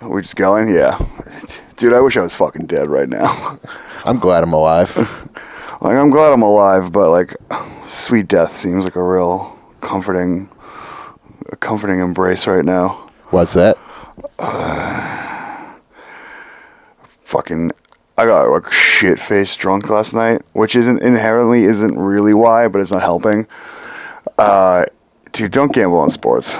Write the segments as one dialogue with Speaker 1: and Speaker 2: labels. Speaker 1: Are we just going? Yeah. Dude, I wish I was fucking dead right now.
Speaker 2: I'm glad I'm alive.
Speaker 1: like, I'm glad I'm alive, but, like, sweet death seems like a real comforting, a comforting embrace right now.
Speaker 2: What's that?
Speaker 1: fucking I got like shit faced drunk last night, which isn't inherently isn't really why, but it's not helping. Uh, dude, don't gamble on sports.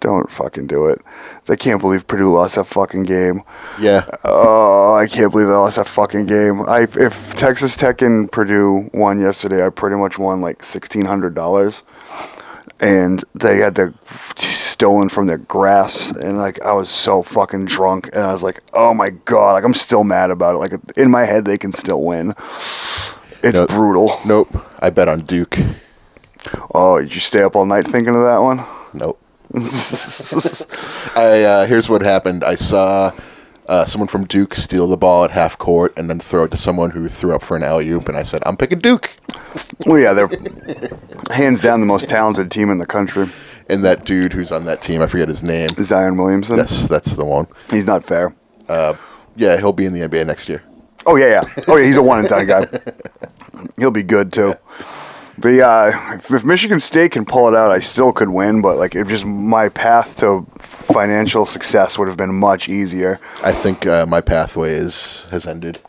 Speaker 1: Don't fucking do it. I can't believe Purdue lost that fucking game.
Speaker 2: Yeah.
Speaker 1: Oh, I can't believe I lost that fucking game. I if Texas Tech and Purdue won yesterday, I pretty much won like sixteen hundred dollars, and they had the stolen from their grasps, and like I was so fucking drunk, and I was like, oh my god, like I'm still mad about it. Like in my head, they can still win. It's
Speaker 2: No.
Speaker 1: brutal.
Speaker 2: Nope. I bet on Duke.
Speaker 1: Oh, did you stay up all night thinking of that one?
Speaker 2: Nope. I uh, here's what happened. I saw uh, someone from Duke steal the ball at half court and then throw it to someone who threw up for an alley oop, and I said, "I'm picking Duke."
Speaker 1: well, yeah, they're hands down the most talented team in the country.
Speaker 2: And that dude who's on that team, I forget his name.
Speaker 1: Zion Williamson.
Speaker 2: That's that's the one.
Speaker 1: He's not fair.
Speaker 2: Yeah, he'll be in the NBA next year.
Speaker 1: Oh yeah, yeah. Oh yeah, he's a one and done guy. He'll be good too. The uh, if, if Michigan State can pull it out, I still could win. But like, it just my path to financial success would have been much easier.
Speaker 2: I think uh, my pathway is has ended.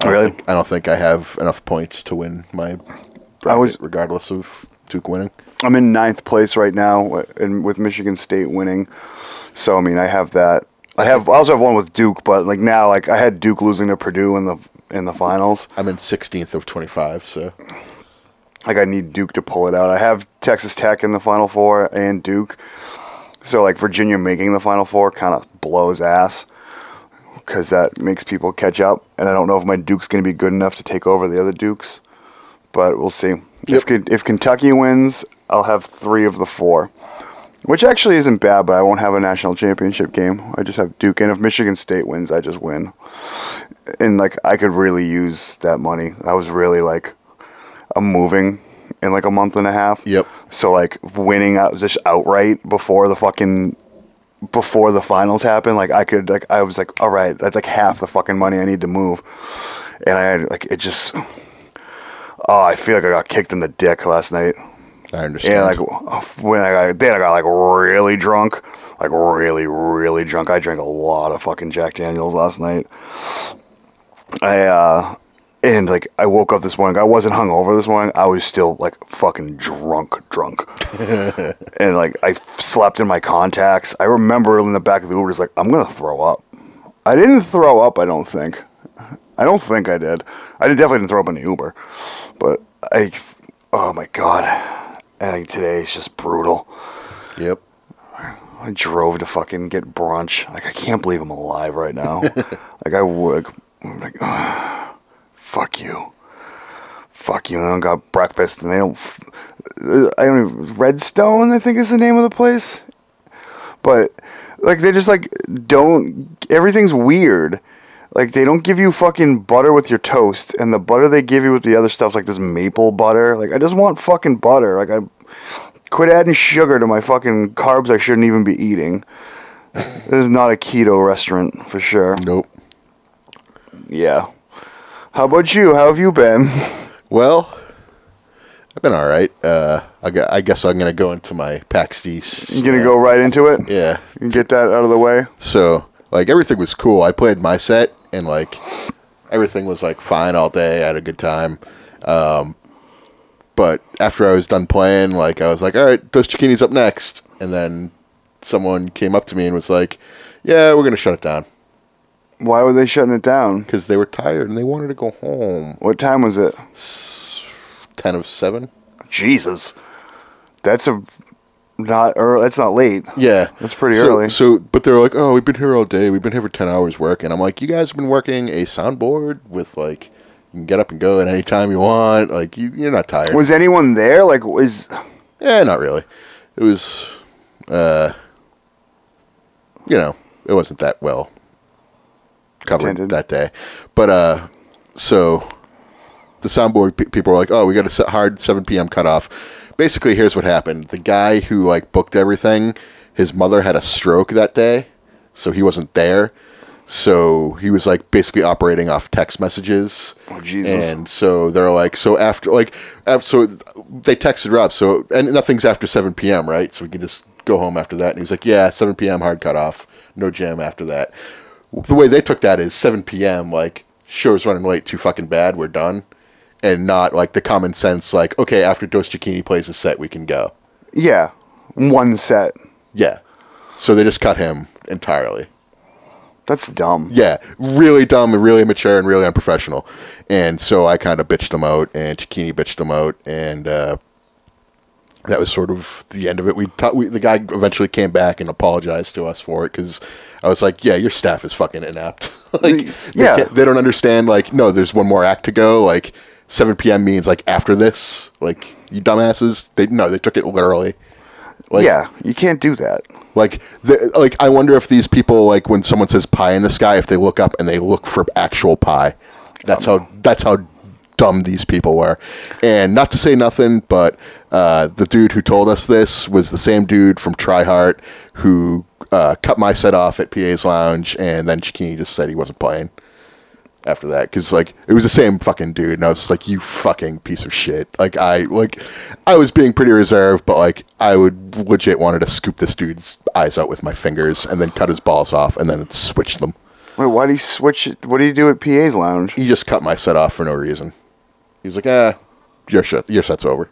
Speaker 2: I don't
Speaker 1: Really?
Speaker 2: think- I don't think I have enough points to win my bracket,
Speaker 1: I was-
Speaker 2: regardless of Duke winning.
Speaker 1: I'm in ninth place right now, and with Michigan State winning, so I mean, I have that. I have. I also have one with Duke, but like now, like I had Duke losing to Purdue in the in the finals.
Speaker 2: I'm in 16th of 25, so
Speaker 1: like I need Duke to pull it out. I have Texas Tech in the Final Four and Duke, so like Virginia making the Final Four kind of blows ass because that makes people catch up. And I don't know if my Duke's going to be good enough to take over the other Dukes, but we'll see. If
Speaker 2: Yep.
Speaker 1: If if Kentucky wins, I'll have three of the four, which actually isn't bad. But I won't have a national championship game. I just have Duke, and if Michigan State wins, I just win. And like I could really use that money. I was really like. I'm moving in like a month and a half.
Speaker 2: Yep.
Speaker 1: So like winning out just outright before the fucking before the finals happen, like I could like I was like, all right, that's like half the fucking money I need to move. And I had like it just Oh, I feel like I got kicked in the dick last night.
Speaker 2: I understand.
Speaker 1: Yeah, like when I got then I got like really drunk, like really really drunk. I drank a lot of fucking Jack Daniels last night. I uh and like I woke up this morning. I wasn't hungover this morning. I was still like fucking drunk, drunk. and like I slept in my contacts. I remember in the back of the Uber, just like I'm gonna throw up. I didn't throw up. I don't think. I don't think I did. I did- definitely didn't throw up in the Uber, but I. Oh my god, I think today is just brutal.
Speaker 2: yep.
Speaker 1: I drove to fucking get brunch. Like I can't believe I'm alive right now. like I would. I'm like, "Ah, fuck you, fuck you. And I don't got breakfast, and they don't. f- uh, I don't. Even, Redstone, I think is the name of the place. But like they just like don't. Everything's weird. Like they don't give you fucking butter with your toast, and the butter they give you with the other stuff's like this maple butter. Like I just want fucking butter. Like I quit adding sugar to my fucking carbs I shouldn't even be eating. This is not a keto restaurant for sure.
Speaker 2: Nope.
Speaker 1: Yeah. How about you? How have you been?
Speaker 2: Well, I've been all right. Uh, I, gu- I guess I'm gonna go into my PAX East.
Speaker 1: You gonna go right into it?
Speaker 2: Yeah.
Speaker 1: And get that out of the way?
Speaker 2: So like everything was cool. I played my set and like everything was like fine all day. I had a good time. Um, but after I was done playing, like I was like, all right, those chikinis up next. And then someone came up to me and was like, yeah, we're gonna shut it down
Speaker 1: Why were they shutting it down?
Speaker 2: because they were tired and they wanted to go home.
Speaker 1: What time was it?
Speaker 2: Ten of seven.
Speaker 1: Jesus. That's a not early. That's not late.
Speaker 2: Yeah,
Speaker 1: That's pretty
Speaker 2: So-
Speaker 1: early.
Speaker 2: So, but they're like, "Oh, we've been here all day. We've been here for ten hours working." I'm like, "You guys have been working a soundboard with like, you can get up and go at any time you want. Like, you, you're not tired."
Speaker 1: Was anyone there? Like, was
Speaker 2: yeah, not really. It was, uh, you know, it wasn't that well covered
Speaker 1: Attended.
Speaker 2: that day, but uh, so the soundboard pe- people were like, "Oh, we got a set hard 7 p.m. cutoff." Basically, here's what happened: the guy who like booked everything, his mother had a stroke that day, so he wasn't there. So he was like basically operating off text messages.
Speaker 1: Oh, Jesus.
Speaker 2: And so they're like, so after like, af- so they texted Rob. So and nothing's after seven p.m. Right? So we can just go home after that. And he was like, yeah, seven p.m. hard cut off. No jam after that. The way they took that is seven p.m. Like show's running late, too fucking bad. We're done. And not like the common sense, like okay, after Dos Chikini plays a set, we can go.
Speaker 1: Yeah, one set.
Speaker 2: Yeah. So they just cut him entirely.
Speaker 1: That's dumb.
Speaker 2: Yeah, really dumb and really immature and really unprofessional. And so I kind of bitched them out, and Chikini bitched them out, and uh, that was sort of the end of it. We, ta- we the guy eventually came back and apologized to us for it because I was like, "Yeah, your staff is fucking inept. like,
Speaker 1: Yeah.
Speaker 2: they, can't- they don't understand. Like, no, there's one more act to go. Like, 7 p.m. means like after this. Like, you dumbasses. They no, they took it literally. Like,
Speaker 1: yeah, you can't do that.
Speaker 2: like, the, like I wonder if these people, like, when someone says pie in the sky, if they look up and they look for actual pie. That's how. That's how dumb these people were. And not to say nothing, but uh, the dude who told us this was the same dude from Tryhard who uh, cut my set off at PA's lounge, and then Chikini just said he wasn't playing after that because like it was the same fucking dude and i was just like you fucking piece of shit like i like i was being pretty reserved but like i would legit wanted to scoop this dude's eyes out with my fingers and then cut his balls off and then switch them
Speaker 1: Wait, why do you switch? It? What do you do at PA's lounge?
Speaker 2: he just cut my set off for no reason he was like ah your shit your set's over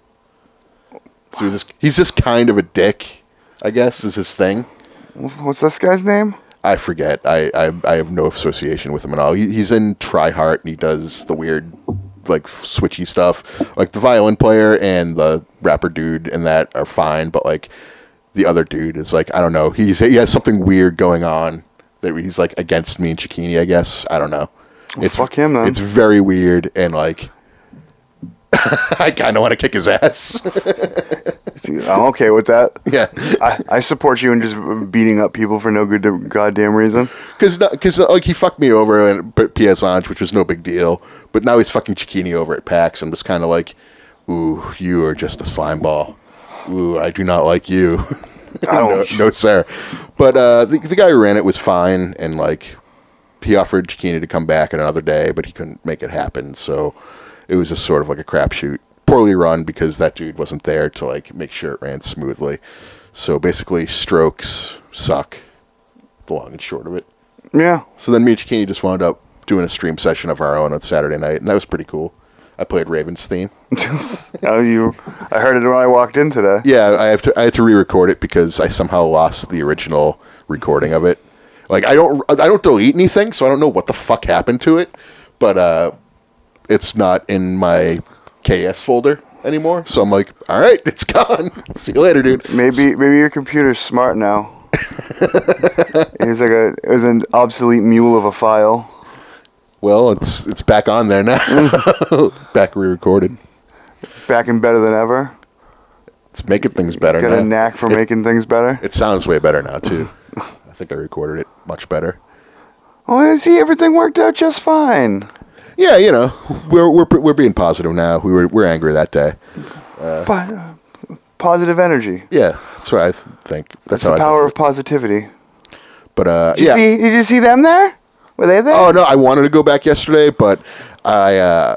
Speaker 2: so he's just, he's just kind of a dick i guess is his thing
Speaker 1: What's this guy's name?
Speaker 2: I forget. I, I I have no association with him at all. He, he's in Tryhard and he does the weird, like switchy stuff. Like the violin player and the rapper dude and that are fine, but like the other dude is like I don't know. He's he has something weird going on that he's like against me and Chikini. I guess I don't know. it's
Speaker 1: fuck him, then.
Speaker 2: It's very weird and like I kind of want to kick his ass.
Speaker 1: I'm okay with that.
Speaker 2: yeah.
Speaker 1: I, I support you in just beating up people for no good goddamn reason.
Speaker 2: Because because uh, like he fucked me over in P- PS Lounge, which was no big deal. But now he's fucking Chikini over at PAX. I'm just kind of like, ooh, you are just a slime ball. Ooh, I do not like you.
Speaker 1: I
Speaker 2: no,
Speaker 1: don't-
Speaker 2: no, sir. But uh, the the guy who ran it was fine, and like he offered Chikini to come back at another day, but he couldn't make it happen. So it was just sort of like a crapshoot, poorly run because that dude wasn't there to like make sure it ran smoothly. So basically, strokes suck. The long and short of it.
Speaker 1: Yeah,
Speaker 2: So then me and Chikini just wound up doing a stream session of our own on Saturday night, and that was pretty cool. I played Raven's theme.
Speaker 1: oh, you. I heard it when I walked in today.
Speaker 2: Yeah, I have to I had to re-record it because I somehow lost the original recording of it. Like I don't I don't delete anything, so I don't know what the fuck happened to it, but uh, it's not in my KS folder anymore. So I'm like, all right, it's gone. See you later, dude.
Speaker 1: Maybe maybe your computer's smart now. it's like a it was an obsolete mule of a file.
Speaker 2: Well, it's it's back on there now.
Speaker 1: Mm.
Speaker 2: back re-recorded.
Speaker 1: Back in better than ever.
Speaker 2: It's making things better.
Speaker 1: Got a
Speaker 2: now.
Speaker 1: knack for making things better.
Speaker 2: It sounds way better now too. I think I recorded it much better.
Speaker 1: Oh, I see everything worked out just fine.
Speaker 2: Yeah, you know, we're we're we're being positive now. We were we're angry that day.
Speaker 1: But uh, positive energy.
Speaker 2: Yeah, that's what I th- think.
Speaker 1: That's
Speaker 2: That's, how
Speaker 1: the
Speaker 2: I
Speaker 1: power
Speaker 2: Think.
Speaker 1: of positivity.
Speaker 2: But uh,
Speaker 1: Did
Speaker 2: yeah.
Speaker 1: you see? Did you see them there? Were they there?
Speaker 2: Oh no, I wanted to go back yesterday, but I uh,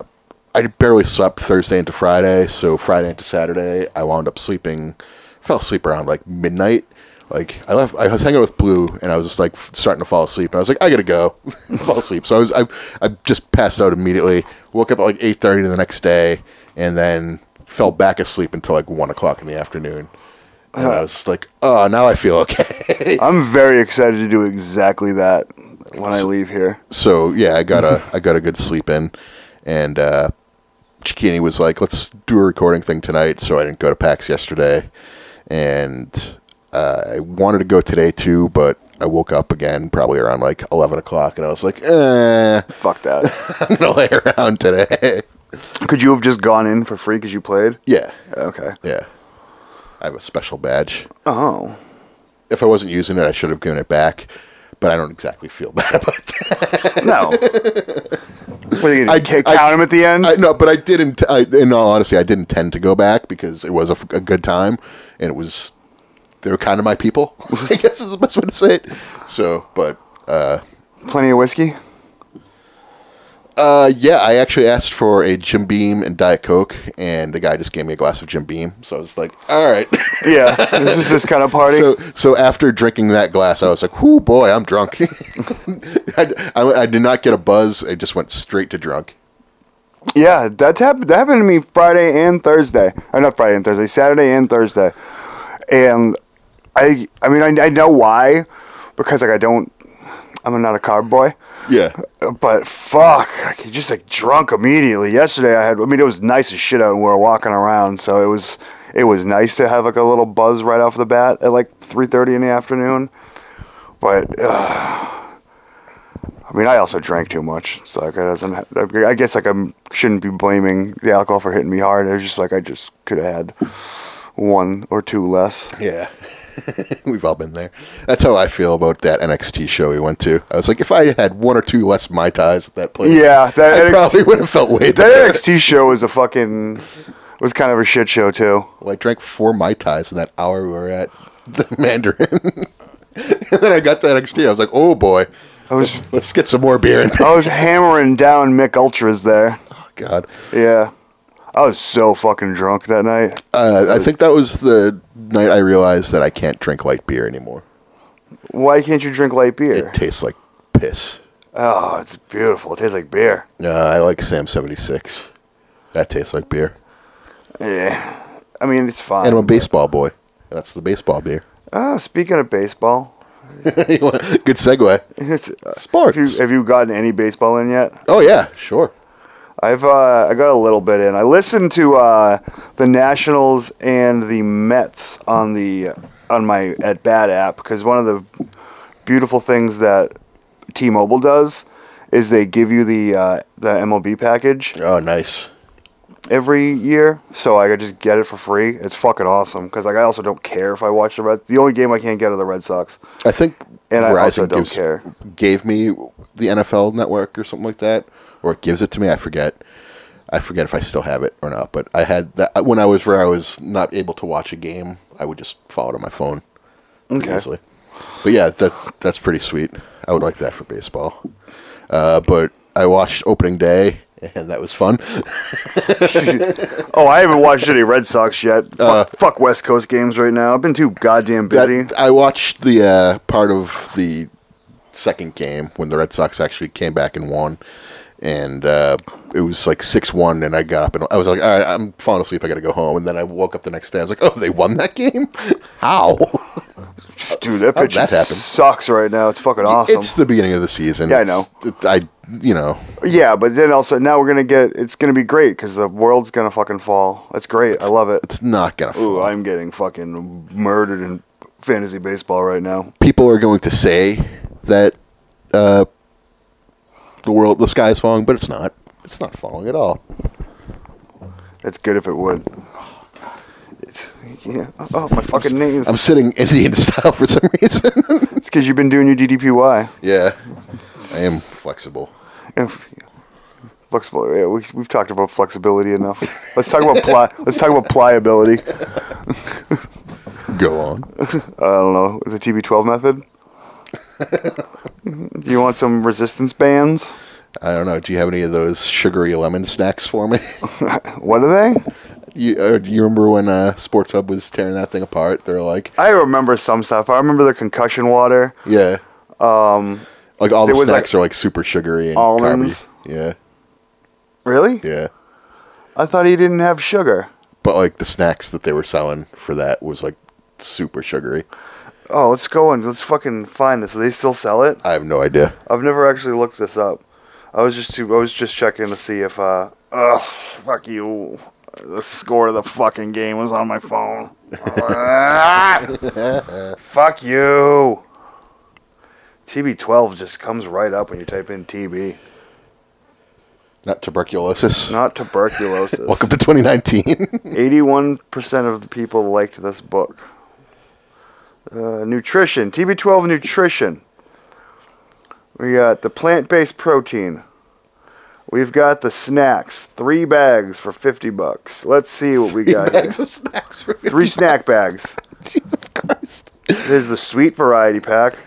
Speaker 2: I barely slept Thursday into Friday, so Friday into Saturday, I wound up sleeping, fell asleep around like midnight. Like I left, I was hanging out with Blue, and I was just like f- starting to fall asleep, and I was like, I gotta go, fall asleep. So I was, I, I just passed out immediately. Woke up at like eight thirty the next day, and then fell back asleep until like one o'clock in the afternoon. And I was just like, oh, now I feel okay.
Speaker 1: I'm very excited to do exactly that when I leave here.
Speaker 2: so yeah, I got a I got a good sleep in, and uh, Chikini was like, "Let's do a recording thing tonight." So I didn't go to PAX yesterday, and uh, I wanted to go today too, but I woke up again probably around like eleven o'clock, and I was like, "Eh,
Speaker 1: Fuck that.
Speaker 2: I'm gonna lay around today."
Speaker 1: Could you have just gone in for free because you played?
Speaker 2: yeah,
Speaker 1: Okay.
Speaker 2: yeah. I have a special badge.
Speaker 1: Oh.
Speaker 2: If I wasn't using it, I should have given it back, but I don't exactly feel bad about that.
Speaker 1: No. what are you
Speaker 2: I-
Speaker 1: going to
Speaker 2: I-
Speaker 1: count him at the end?
Speaker 2: I, no, but I didn't. I, in all honesty, I didn't tend to go back because it was a, f- a good time, and it was they were kind of my people. I guess is the best way to say it. So, but uh,
Speaker 1: Plenty of whiskey.
Speaker 2: uh, yeah, I actually asked for a Jim Beam and Diet Coke, and the guy just gave me a glass of Jim Beam. So I was like, all right.
Speaker 1: Yeah, this is this kind of party.
Speaker 2: So, so after drinking that glass, I was like, "Whoo, boy, I'm drunk." I, I, I did not get a buzz. I just went straight to drunk.
Speaker 1: Yeah, that's happened. That happened to me Friday and Thursday. Or not Friday and Thursday, Saturday and Thursday. And I, I mean, I, I know why, because like I don't, I'm not a carb boy.
Speaker 2: Yeah,
Speaker 1: But fuck, I could just like drunk immediately. Yesterday I had, I mean, it was nice as shit out, and we were walking around, so it was, it was nice to have like a little buzz right off the bat at like 3:30 in the afternoon. But uh, I mean, I also drank too much. It's like it doesn't. I guess like I shouldn't be blaming the alcohol for hitting me hard. It was just like I just could have had one or two less.
Speaker 2: yeah. We've all been there. That's how I feel about that NXT show we went to. I was like, if I had one or two less mai tais at that place,
Speaker 1: Yeah, that
Speaker 2: I
Speaker 1: NXT
Speaker 2: probably would have felt way
Speaker 1: That
Speaker 2: better.
Speaker 1: NXT show was a fucking was kind of a shit show too.
Speaker 2: Well, I drank four mai tais in that hour we were at the Mandarin, and then I got to NXT. I was like, oh boy,
Speaker 1: I was
Speaker 2: let's get some more beer. In.
Speaker 1: I was hammering down Mick Ultras there.
Speaker 2: oh God.
Speaker 1: Yeah. I was so fucking drunk that night.
Speaker 2: Uh, I think that was the night I realized that I can't drink light beer anymore.
Speaker 1: Why can't you drink light beer?
Speaker 2: It tastes like piss.
Speaker 1: oh, it's beautiful. It tastes like beer.
Speaker 2: Uh, I like Sam 76. That tastes like beer.
Speaker 1: Yeah. I mean, it's fine.
Speaker 2: And I'm a baseball boy. That's the baseball beer.
Speaker 1: Oh, speaking of baseball,
Speaker 2: Good segue.
Speaker 1: it's, uh,
Speaker 2: Sports.
Speaker 1: Have you, have you gotten any baseball in yet?
Speaker 2: Oh, yeah, sure.
Speaker 1: I've uh, I got a little bit in. I listened to uh, the Nationals and the Mets on the on my at bat app because one of the beautiful things that T-Mobile does is they give you the uh, the MLB package
Speaker 2: Oh, nice.
Speaker 1: every year, so I could just get it for free. It's fucking awesome because like I also don't care if I watch the Red. The only game I can't get are the Red Sox.
Speaker 2: I think
Speaker 1: And I
Speaker 2: Verizon
Speaker 1: also don't
Speaker 2: gives-
Speaker 1: care.
Speaker 2: gave me the NFL network or something like that, or it gives it to me. I forget. I forget if I still have it or not, but I had that uh, when I was where I was not able to watch a game, I would just follow it on my phone. pretty
Speaker 1: Okay.
Speaker 2: easily. But yeah, that that's pretty sweet. I would like that for baseball. Uh, but I watched opening day, and that was fun.
Speaker 1: Oh, I haven't watched any Red Sox yet. Fuck, fuck West Coast games right now. I've been too goddamn busy.
Speaker 2: That- I watched the uh, part of the second game when the Red Sox actually came back and won, and uh, it was like six one. And I got up and I was like, "All right, I'm falling asleep. I got to go home." And then I woke up the next day. I was like, "Oh, they won that game? How?"
Speaker 1: Dude, that
Speaker 2: How'd
Speaker 1: pitch
Speaker 2: Oh, that happen?
Speaker 1: sucks right now. It's fucking awesome.
Speaker 2: It's the beginning of the season.
Speaker 1: Yeah, I know.
Speaker 2: It's- I you know
Speaker 1: yeah, but then also now we're gonna get. It's gonna be great because the world's gonna fucking fall. That's great. I love it.
Speaker 2: it's not gonna.
Speaker 1: Ooh, I'm getting fucking murdered in fantasy baseball right now.
Speaker 2: people are going to say that uh, the world, the sky is falling, but it's not. It's not falling at all.
Speaker 1: That's good if it would. It's yeah. Oh my fucking knees.
Speaker 2: I'm sitting Indian style for some reason.
Speaker 1: It's because you've been doing your DDPY.
Speaker 2: yeah, I am flexible.
Speaker 1: If- Flexible. Yeah, we, we've talked about flexibility enough. Let's talk about pli- Let's talk about pliability.
Speaker 2: Go on.
Speaker 1: I don't know the TB12 method. Do you want some resistance bands?
Speaker 2: I don't know. Do you have any of those sugary lemon snacks for me?
Speaker 1: What are they?
Speaker 2: you, uh, do you remember when uh, Sports Hub was tearing that thing apart? They're like,
Speaker 1: I remember some stuff. I remember the concussion water.
Speaker 2: yeah,
Speaker 1: Um,
Speaker 2: like all the
Speaker 1: There was,
Speaker 2: snacks
Speaker 1: like,
Speaker 2: are like super sugary and
Speaker 1: almonds.
Speaker 2: carby. Yeah,
Speaker 1: really?
Speaker 2: yeah.
Speaker 1: I thought he didn't have sugar.
Speaker 2: But like the snacks that they were selling for that was like super sugary.
Speaker 1: Oh, let's go and let's fucking find this. Do they still sell it?
Speaker 2: I have no idea.
Speaker 1: I've never actually looked this up. I was just too, I was just checking to see if uh ugh fuck you. The score of the fucking game was on my phone. Ah! fuck you. TB12 just comes right up when you type in TB,
Speaker 2: Not tuberculosis.
Speaker 1: not tuberculosis.
Speaker 2: Welcome to 2019.
Speaker 1: 81% of the people liked this book. Uh, nutrition, TB12 nutrition. We got the plant based protein. We've got the snacks, three bags for 50 bucks. Let's see what we got here.
Speaker 2: of snacks for
Speaker 1: Three snack bags.
Speaker 2: Jesus Christ.
Speaker 1: There's the sweet variety pack.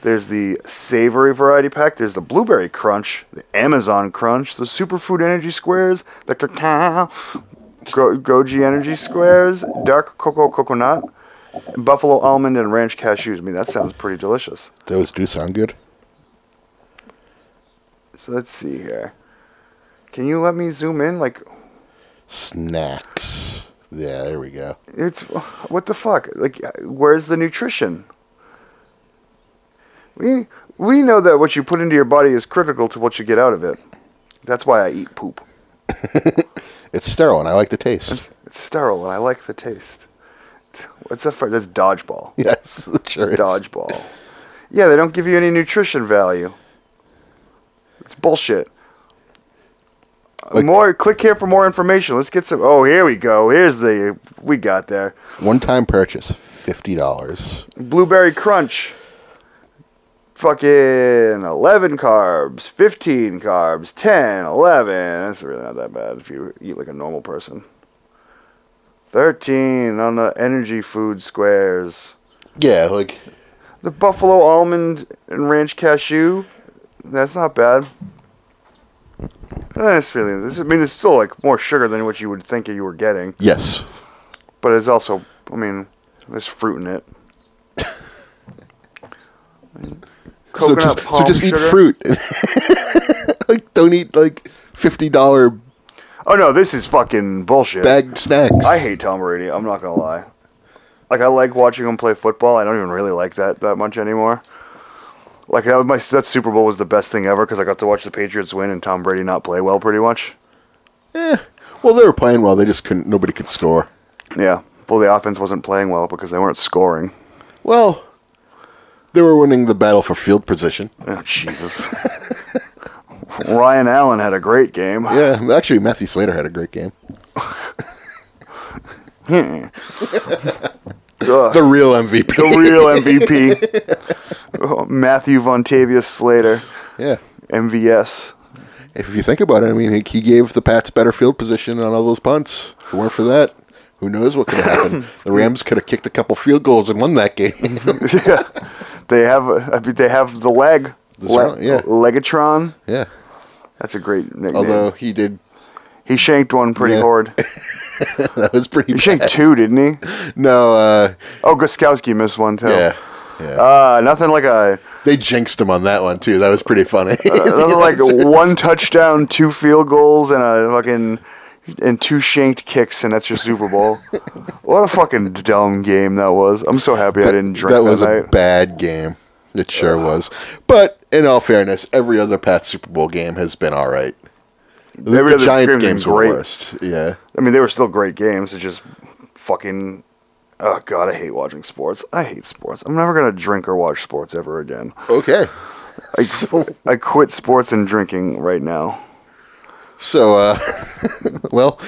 Speaker 1: There's the savory variety pack. There's the blueberry crunch, the Amazon crunch, the superfood energy squares, the cacao, go- goji energy squares, dark cocoa coconut, buffalo almond, and ranch cashews. I mean, that sounds pretty delicious.
Speaker 2: Those do sound good.
Speaker 1: So let's see here. Can you let me zoom in? Like,
Speaker 2: Snacks. Yeah, there we go.
Speaker 1: It's what the fuck? Like, where's the nutrition? We we know that what you put into your body is critical to what you get out of it. That's why I eat poop.
Speaker 2: It's sterile, and I like the taste.
Speaker 1: It's sterile and I like the taste. What's that for? That's dodgeball.
Speaker 2: yes, it sure is.
Speaker 1: Dodgeball. Yeah, they don't give you any nutrition value. It's bullshit.
Speaker 2: Like-
Speaker 1: more click here for more information. Let's get some. Oh, here we go. Here's the we got there.
Speaker 2: One time purchase, fifty dollars.
Speaker 1: blueberry crunch fucking 11 carbs 15 carbs 10 11 that's really not that bad if you eat like a normal person 13 on the energy food squares
Speaker 2: Yeah, like
Speaker 1: the buffalo almond and ranch cashew that's not bad that's really this i mean it's still like more sugar than what you would think you were getting
Speaker 2: yes.
Speaker 1: but it's also, I mean, there's fruit in it. Coconut
Speaker 2: so just,
Speaker 1: palm
Speaker 2: so just
Speaker 1: sugar.
Speaker 2: eat fruit. like don't eat like fifty dollar
Speaker 1: Oh no, this is fucking bullshit.
Speaker 2: bagged snacks.
Speaker 1: I hate Tom Brady. I'm not gonna lie. Like I like watching him play football. I don't even really like that that much anymore. Like that, was my that Super Bowl was the best thing ever because I got to watch the Patriots win and Tom Brady not play well, pretty much.
Speaker 2: Eh. Well, they were playing well. They just couldn't. Nobody could score.
Speaker 1: Yeah. Well, the offense wasn't playing well because they weren't scoring.
Speaker 2: Well, they were winning the battle for field position.
Speaker 1: Oh, Jesus. Ryan Allen had a great game.
Speaker 2: Yeah, actually, Matthew Slater had a great game.
Speaker 1: Ugh.
Speaker 2: The real MVP.
Speaker 1: Hmm. the real MVP, Oh, Matthew Vontavious Slater,
Speaker 2: yeah.
Speaker 1: MVS.
Speaker 2: If you think about it, I mean, he- he gave the Pats better field position on all those punts. If it weren't for that, who knows what could have happened? the Rams could have kicked a couple field goals and won that game.
Speaker 1: Mm-hmm. yeah, they have I mean, they have the leg,
Speaker 2: The surround- yeah.
Speaker 1: Legatron.
Speaker 2: yeah.
Speaker 1: That's a great nickname.
Speaker 2: Although he did,
Speaker 1: he shanked one pretty
Speaker 2: Yeah.
Speaker 1: hard.
Speaker 2: that was pretty.
Speaker 1: He
Speaker 2: Bad.
Speaker 1: shanked two, didn't he?
Speaker 2: No. Uh,
Speaker 1: Oh, Guskowski missed one too.
Speaker 2: yeah. Yeah.
Speaker 1: Uh, nothing like a
Speaker 2: they jinxed him on that one too. That was pretty funny.
Speaker 1: nothing Uh, like one touchdown, two field goals, and a fucking and two shanked kicks, and that's your Super Bowl. what a fucking dumb game that was! I'm so happy I didn't drink that,
Speaker 2: that was
Speaker 1: night.
Speaker 2: a bad game. It sure was. But in all fairness, every other Pat Super Bowl game has been all right. The,
Speaker 1: Every
Speaker 2: the
Speaker 1: other
Speaker 2: Giants
Speaker 1: game's been
Speaker 2: games were
Speaker 1: great.
Speaker 2: the worst. Yeah.
Speaker 1: I mean, they were still great games. It just fucking. Oh god, I hate watching sports. I hate sports. I'm never gonna drink or watch sports ever again.
Speaker 2: Okay.
Speaker 1: I,
Speaker 2: So-
Speaker 1: I quit sports and drinking right now.
Speaker 2: So, uh, well,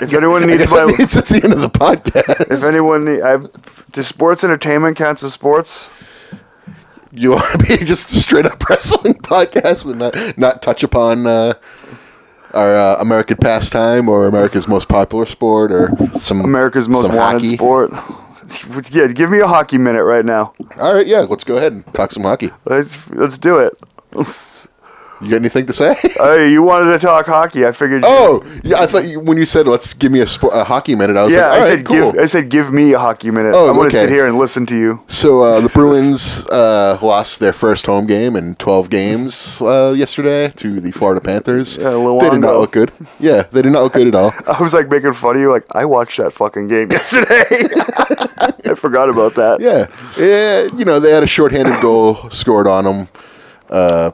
Speaker 1: If anyone
Speaker 2: I
Speaker 1: needs
Speaker 2: guess
Speaker 1: my,
Speaker 2: that means it's the end of the podcast.
Speaker 1: if anyone, need, i does sports entertainment count as sports?
Speaker 2: You want to be just a straight up wrestling podcast and not, not touch upon uh, our uh, American pastime or America's most popular sport or some
Speaker 1: America's most
Speaker 2: some
Speaker 1: wanted
Speaker 2: hockey.
Speaker 1: sport. Yeah, give me a hockey minute right now.
Speaker 2: All right, yeah, let's go ahead and talk some hockey.
Speaker 1: Let's let's do it.
Speaker 2: You got anything to say?
Speaker 1: Hey, you wanted to talk hockey. I figured. you-
Speaker 2: Oh, yeah. I thought you, when you said let's give me a, sport, a hockey minute, I was
Speaker 1: yeah.
Speaker 2: like,
Speaker 1: I
Speaker 2: all right,
Speaker 1: said
Speaker 2: cool.
Speaker 1: give. I said give me a hockey minute.
Speaker 2: Oh,
Speaker 1: I want
Speaker 2: okay.
Speaker 1: to sit here and listen to you.
Speaker 2: so uh, the Bruins uh, lost their first home game in 12 games uh, yesterday to the Florida Panthers.
Speaker 1: Yeah,
Speaker 2: they did not
Speaker 1: Luongo.
Speaker 2: look good. Yeah, they did not look good at all.
Speaker 1: I was like making fun of you. Like I watched that fucking game yesterday. I forgot about that.
Speaker 2: Yeah, yeah. You know, they had a shorthanded goal scored on them. Uh,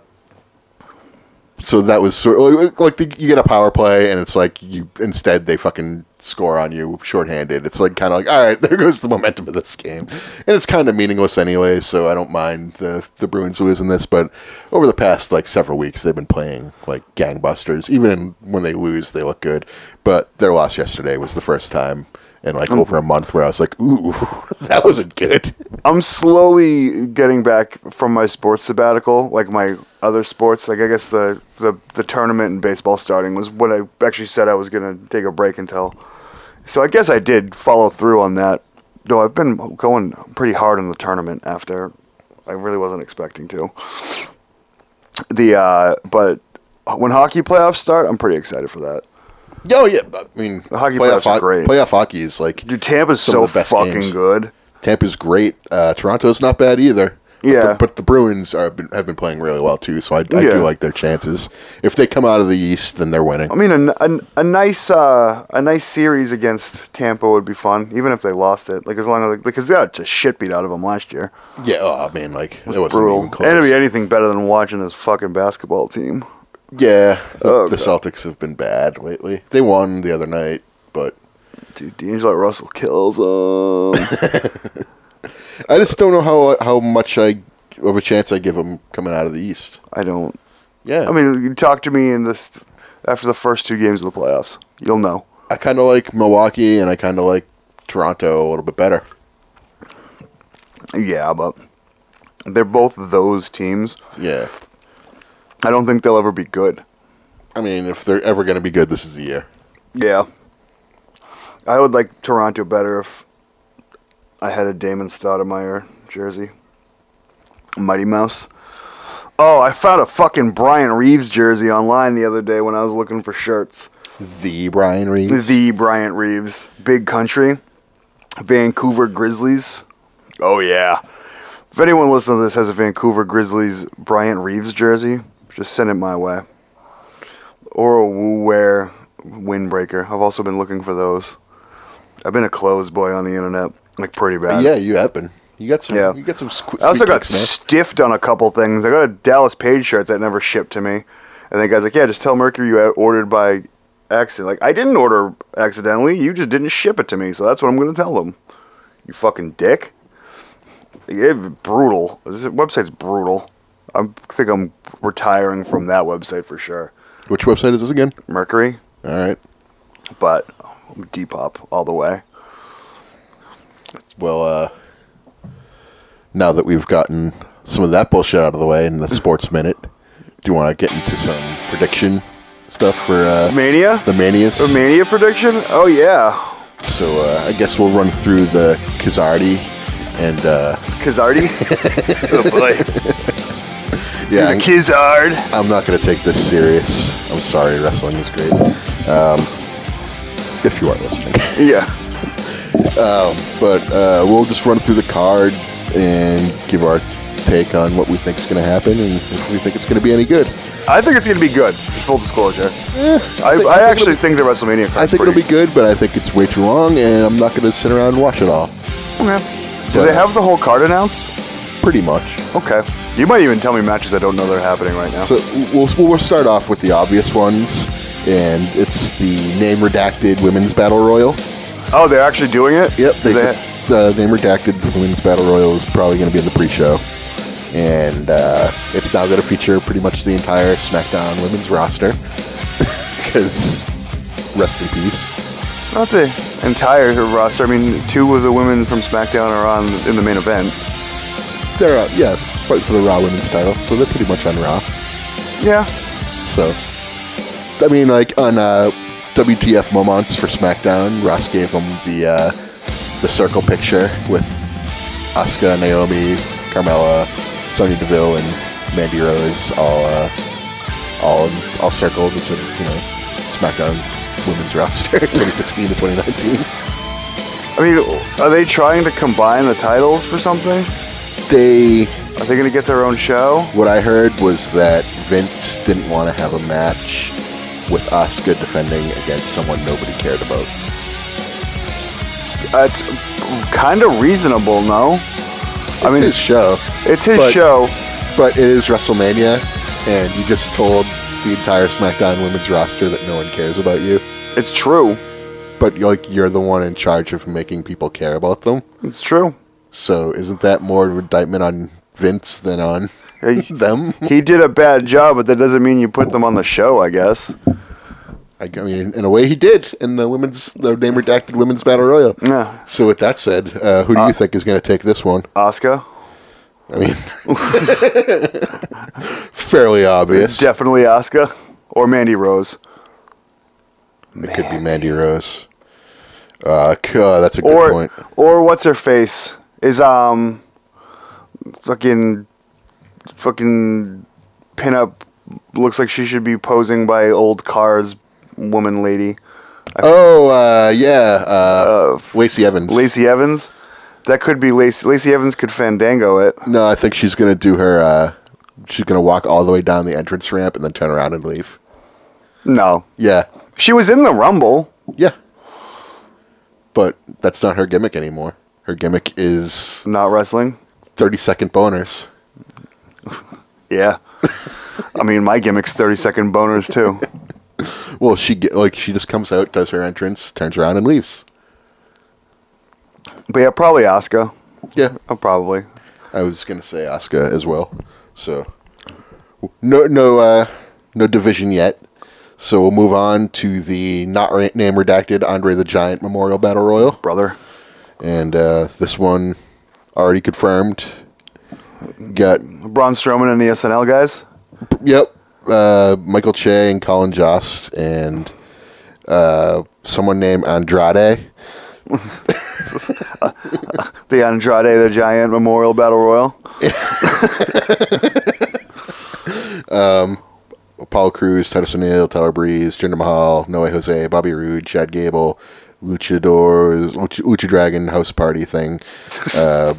Speaker 2: so that was sort of like the, you get a power play, and it's like you instead they fucking score on you shorthanded. It's like kind of like all right, there goes the momentum of this game, and it's kind of meaningless anyway. So I don't mind the the Bruins losing this, but over the past like several weeks, they've been playing like gangbusters. Even when they lose, they look good. But their loss yesterday was the first time. in like over a month, where I was like, "Ooh, that wasn't good."
Speaker 1: I'm slowly getting back from my sports sabbatical, like my other sports. Like I guess the the, the tournament and baseball starting was what I actually said I was gonna take a break until. So I guess I did follow through on that. No, I've been going pretty hard in the tournament after. I really wasn't expecting to. The uh, but when hockey playoffs start, I'm pretty excited for that.
Speaker 2: Oh yeah, but, I mean,
Speaker 1: The hockey playoffs
Speaker 2: playoff,
Speaker 1: are great.
Speaker 2: playoff hockey is like
Speaker 1: Dude, Tampa's
Speaker 2: Some
Speaker 1: so
Speaker 2: of the best
Speaker 1: fucking
Speaker 2: games.
Speaker 1: good.
Speaker 2: Tampa's great. Uh, Toronto's not bad either. But
Speaker 1: Yeah.
Speaker 2: the- but the Bruins are been, have been playing really well too. So I, I
Speaker 1: Yeah.
Speaker 2: do like their chances. If they come out of the East, then they're winning.
Speaker 1: I mean, a, a, a nice uh, a nice series against Tampa would be fun, even if they lost it. Like as long as because they got just shit beat out of them last year.
Speaker 2: yeah, oh, I mean, like it wasn't
Speaker 1: Brutal.
Speaker 2: even
Speaker 1: And it'd
Speaker 2: close.
Speaker 1: be anything better than watching this fucking basketball team.
Speaker 2: yeah, the,
Speaker 1: Oh,
Speaker 2: the Celtics have been bad lately. They won the other night, but
Speaker 1: Dude, D'Angelo Russell kills them.
Speaker 2: I just don't know how how much I of a chance I give them coming out of the East.
Speaker 1: I don't.
Speaker 2: Yeah,
Speaker 1: I mean, you talk to me in this after the first two games of the playoffs. You'll know.
Speaker 2: I kind of like Milwaukee and I kind of like Toronto a little bit better.
Speaker 1: Yeah, but they're both those teams.
Speaker 2: Yeah,
Speaker 1: I don't think they'll ever be good.
Speaker 2: I mean, if they're ever going to be good, this is the year.
Speaker 1: Yeah. I would like Toronto better if I had a Damon Stoudemire jersey. Mighty Mouse. Oh, I found a fucking Brian Reeves jersey online the other day when I was looking for shirts.
Speaker 2: The Brian Reeves.
Speaker 1: The Bryant Reeves. Big Country. Vancouver Grizzlies. Oh, yeah. If anyone listening to this has a Vancouver Grizzlies Bryant Reeves jersey, just send it my way. Or a Woo Wear Windbreaker. I've also been looking for those. I've been a clothes boy on the internet, like pretty bad.
Speaker 2: yeah, you have been. You got some.
Speaker 1: Yeah.
Speaker 2: You got some. Squ-
Speaker 1: I also
Speaker 2: sweet
Speaker 1: got
Speaker 2: picks, man.
Speaker 1: stiffed on a couple things. I got a Dallas Page shirt that never shipped to me, and the guy's like, "Yeah, just tell Mercury you ordered by accident." Like, I didn't order accidentally. You just didn't ship it to me, so that's what I'm gonna tell them. You fucking dick. It, brutal. This website's brutal. I think I'm retiring from that website for sure.
Speaker 2: Which website is this again?
Speaker 1: Mercury,
Speaker 2: All right.
Speaker 1: but Depop all the way.
Speaker 2: Well, uh, now that we've gotten some of that bullshit out of the way in the sports minute, do you want to get into some prediction stuff for uh,
Speaker 1: Mania.
Speaker 2: the manias?
Speaker 1: The Mania prediction? Oh yeah,
Speaker 2: so uh, I guess we'll run through the Kazardi and uh,
Speaker 1: Kizardi. oh boy,
Speaker 2: yeah,
Speaker 1: the
Speaker 2: I'm-
Speaker 1: Kizard.
Speaker 2: I'm not going to take this serious. I'm sorry, wrestling is great. Um, if you are listening.
Speaker 1: Yeah.
Speaker 2: But uh, we'll just run through the card and give our take on what we think is going to happen and if we think it's going to be any good.
Speaker 1: I think it's going to be good. Full disclosure, I,
Speaker 2: think-
Speaker 1: I,
Speaker 2: Eh, I think
Speaker 1: actually think the WrestleMania.
Speaker 2: I
Speaker 1: card's
Speaker 2: think it'll
Speaker 1: pretty-
Speaker 2: be good, but I think it's way too long, and I'm not going to sit around and watch it all.
Speaker 1: Okay. Do they have the whole card announced?
Speaker 2: Pretty much.
Speaker 1: Okay. You might even tell me matches I don't know that are happening right now.
Speaker 2: So we'll, we'll start off with the obvious ones, and it's the name redacted women's battle royal.
Speaker 1: oh, they're actually doing it.
Speaker 2: Yep, they,
Speaker 1: They,
Speaker 2: the name redacted women's battle royal is probably going to be in the pre-show, and uh, it's now going to feature pretty much the entire SmackDown women's roster. Because rest in peace.
Speaker 1: not the entire roster. I mean, two of the women from SmackDown are on in the main event.
Speaker 2: They're uh, yeah, fight for the Raw women's title, so they're pretty much on Raw.
Speaker 1: Yeah.
Speaker 2: So, I mean, like on uh, WTF moments for SmackDown, Ross gave them the uh, the circle picture with Asuka, Naomi, Carmella, Sonya Deville, and Mandy Rose all uh, all all circled as a you know SmackDown women's roster 2016 to 2019.
Speaker 1: I mean, are they trying to combine the titles for something?
Speaker 2: They
Speaker 1: Are they going to get their own show?
Speaker 2: What I heard was that Vince didn't want to have a match with Asuka defending against someone nobody cared about.
Speaker 1: That's kind of reasonable, no? I mean,
Speaker 2: his show.
Speaker 1: it's his
Speaker 2: but-
Speaker 1: show.
Speaker 2: But it is WrestleMania, and you just told the entire SmackDown women's roster that no one cares about you.
Speaker 1: It's true.
Speaker 2: But you're like you're the one in charge of making people care about them.
Speaker 1: It's true.
Speaker 2: So isn't that more of an indictment on Vince than on
Speaker 1: Hey,
Speaker 2: them?
Speaker 1: he did a bad job, but that doesn't mean you put them on the show, I guess.
Speaker 2: I g- I mean, in a way, he did in the women's the name redacted women's battle royal.
Speaker 1: Yeah.
Speaker 2: So with that said, uh, who do you think is going to take this one?
Speaker 1: Asuka?
Speaker 2: I mean, fairly obvious.
Speaker 1: Definitely Asuka. Or Mandy Rose.
Speaker 2: It could be Mandy Rose. Uh, c- uh, that's a good
Speaker 1: or
Speaker 2: point.
Speaker 1: or what's her face is um fucking fucking pinup looks like she should be posing by old cars woman lady
Speaker 2: Oh, uh, yeah. Uh, Lacey Evans.
Speaker 1: Lacey Evans that could be Lacey Lacey Evans could fandango it
Speaker 2: No, I think she's gonna do her. Uh, she's gonna walk all the way down the entrance ramp and then turn around and leave.
Speaker 1: no
Speaker 2: Yeah,
Speaker 1: she was in the rumble
Speaker 2: yeah. But that's not her gimmick anymore. Her gimmick is
Speaker 1: not wrestling
Speaker 2: thirty second boners.
Speaker 1: yeah I mean my gimmick's 30 second boners too
Speaker 2: Well, she ge- like she just comes out, does her entrance, turns around and leaves.
Speaker 1: but yeah probably Asuka
Speaker 2: Yeah,
Speaker 1: oh, probably
Speaker 2: I was gonna say Asuka as well. So no, no, uh, no division yet. So we'll move on to the not ra- name redacted Andre the Giant Memorial Battle Royal.
Speaker 1: brother
Speaker 2: And uh, this one already confirmed. Got
Speaker 1: Braun Strowman and the SNL guys
Speaker 2: yep, uh, Michael Che and Colin Jost and uh, someone named Andrade.
Speaker 1: the Andrade the Giant Memorial Battle Royal
Speaker 2: Apollo Cruz, Titus O'Neil, Tyler Breeze, Jinder Mahal, Noe Jose, Bobby Roode, Chad Gable, Luchadors, Lucha, Lucha Dragon house party thing, uh,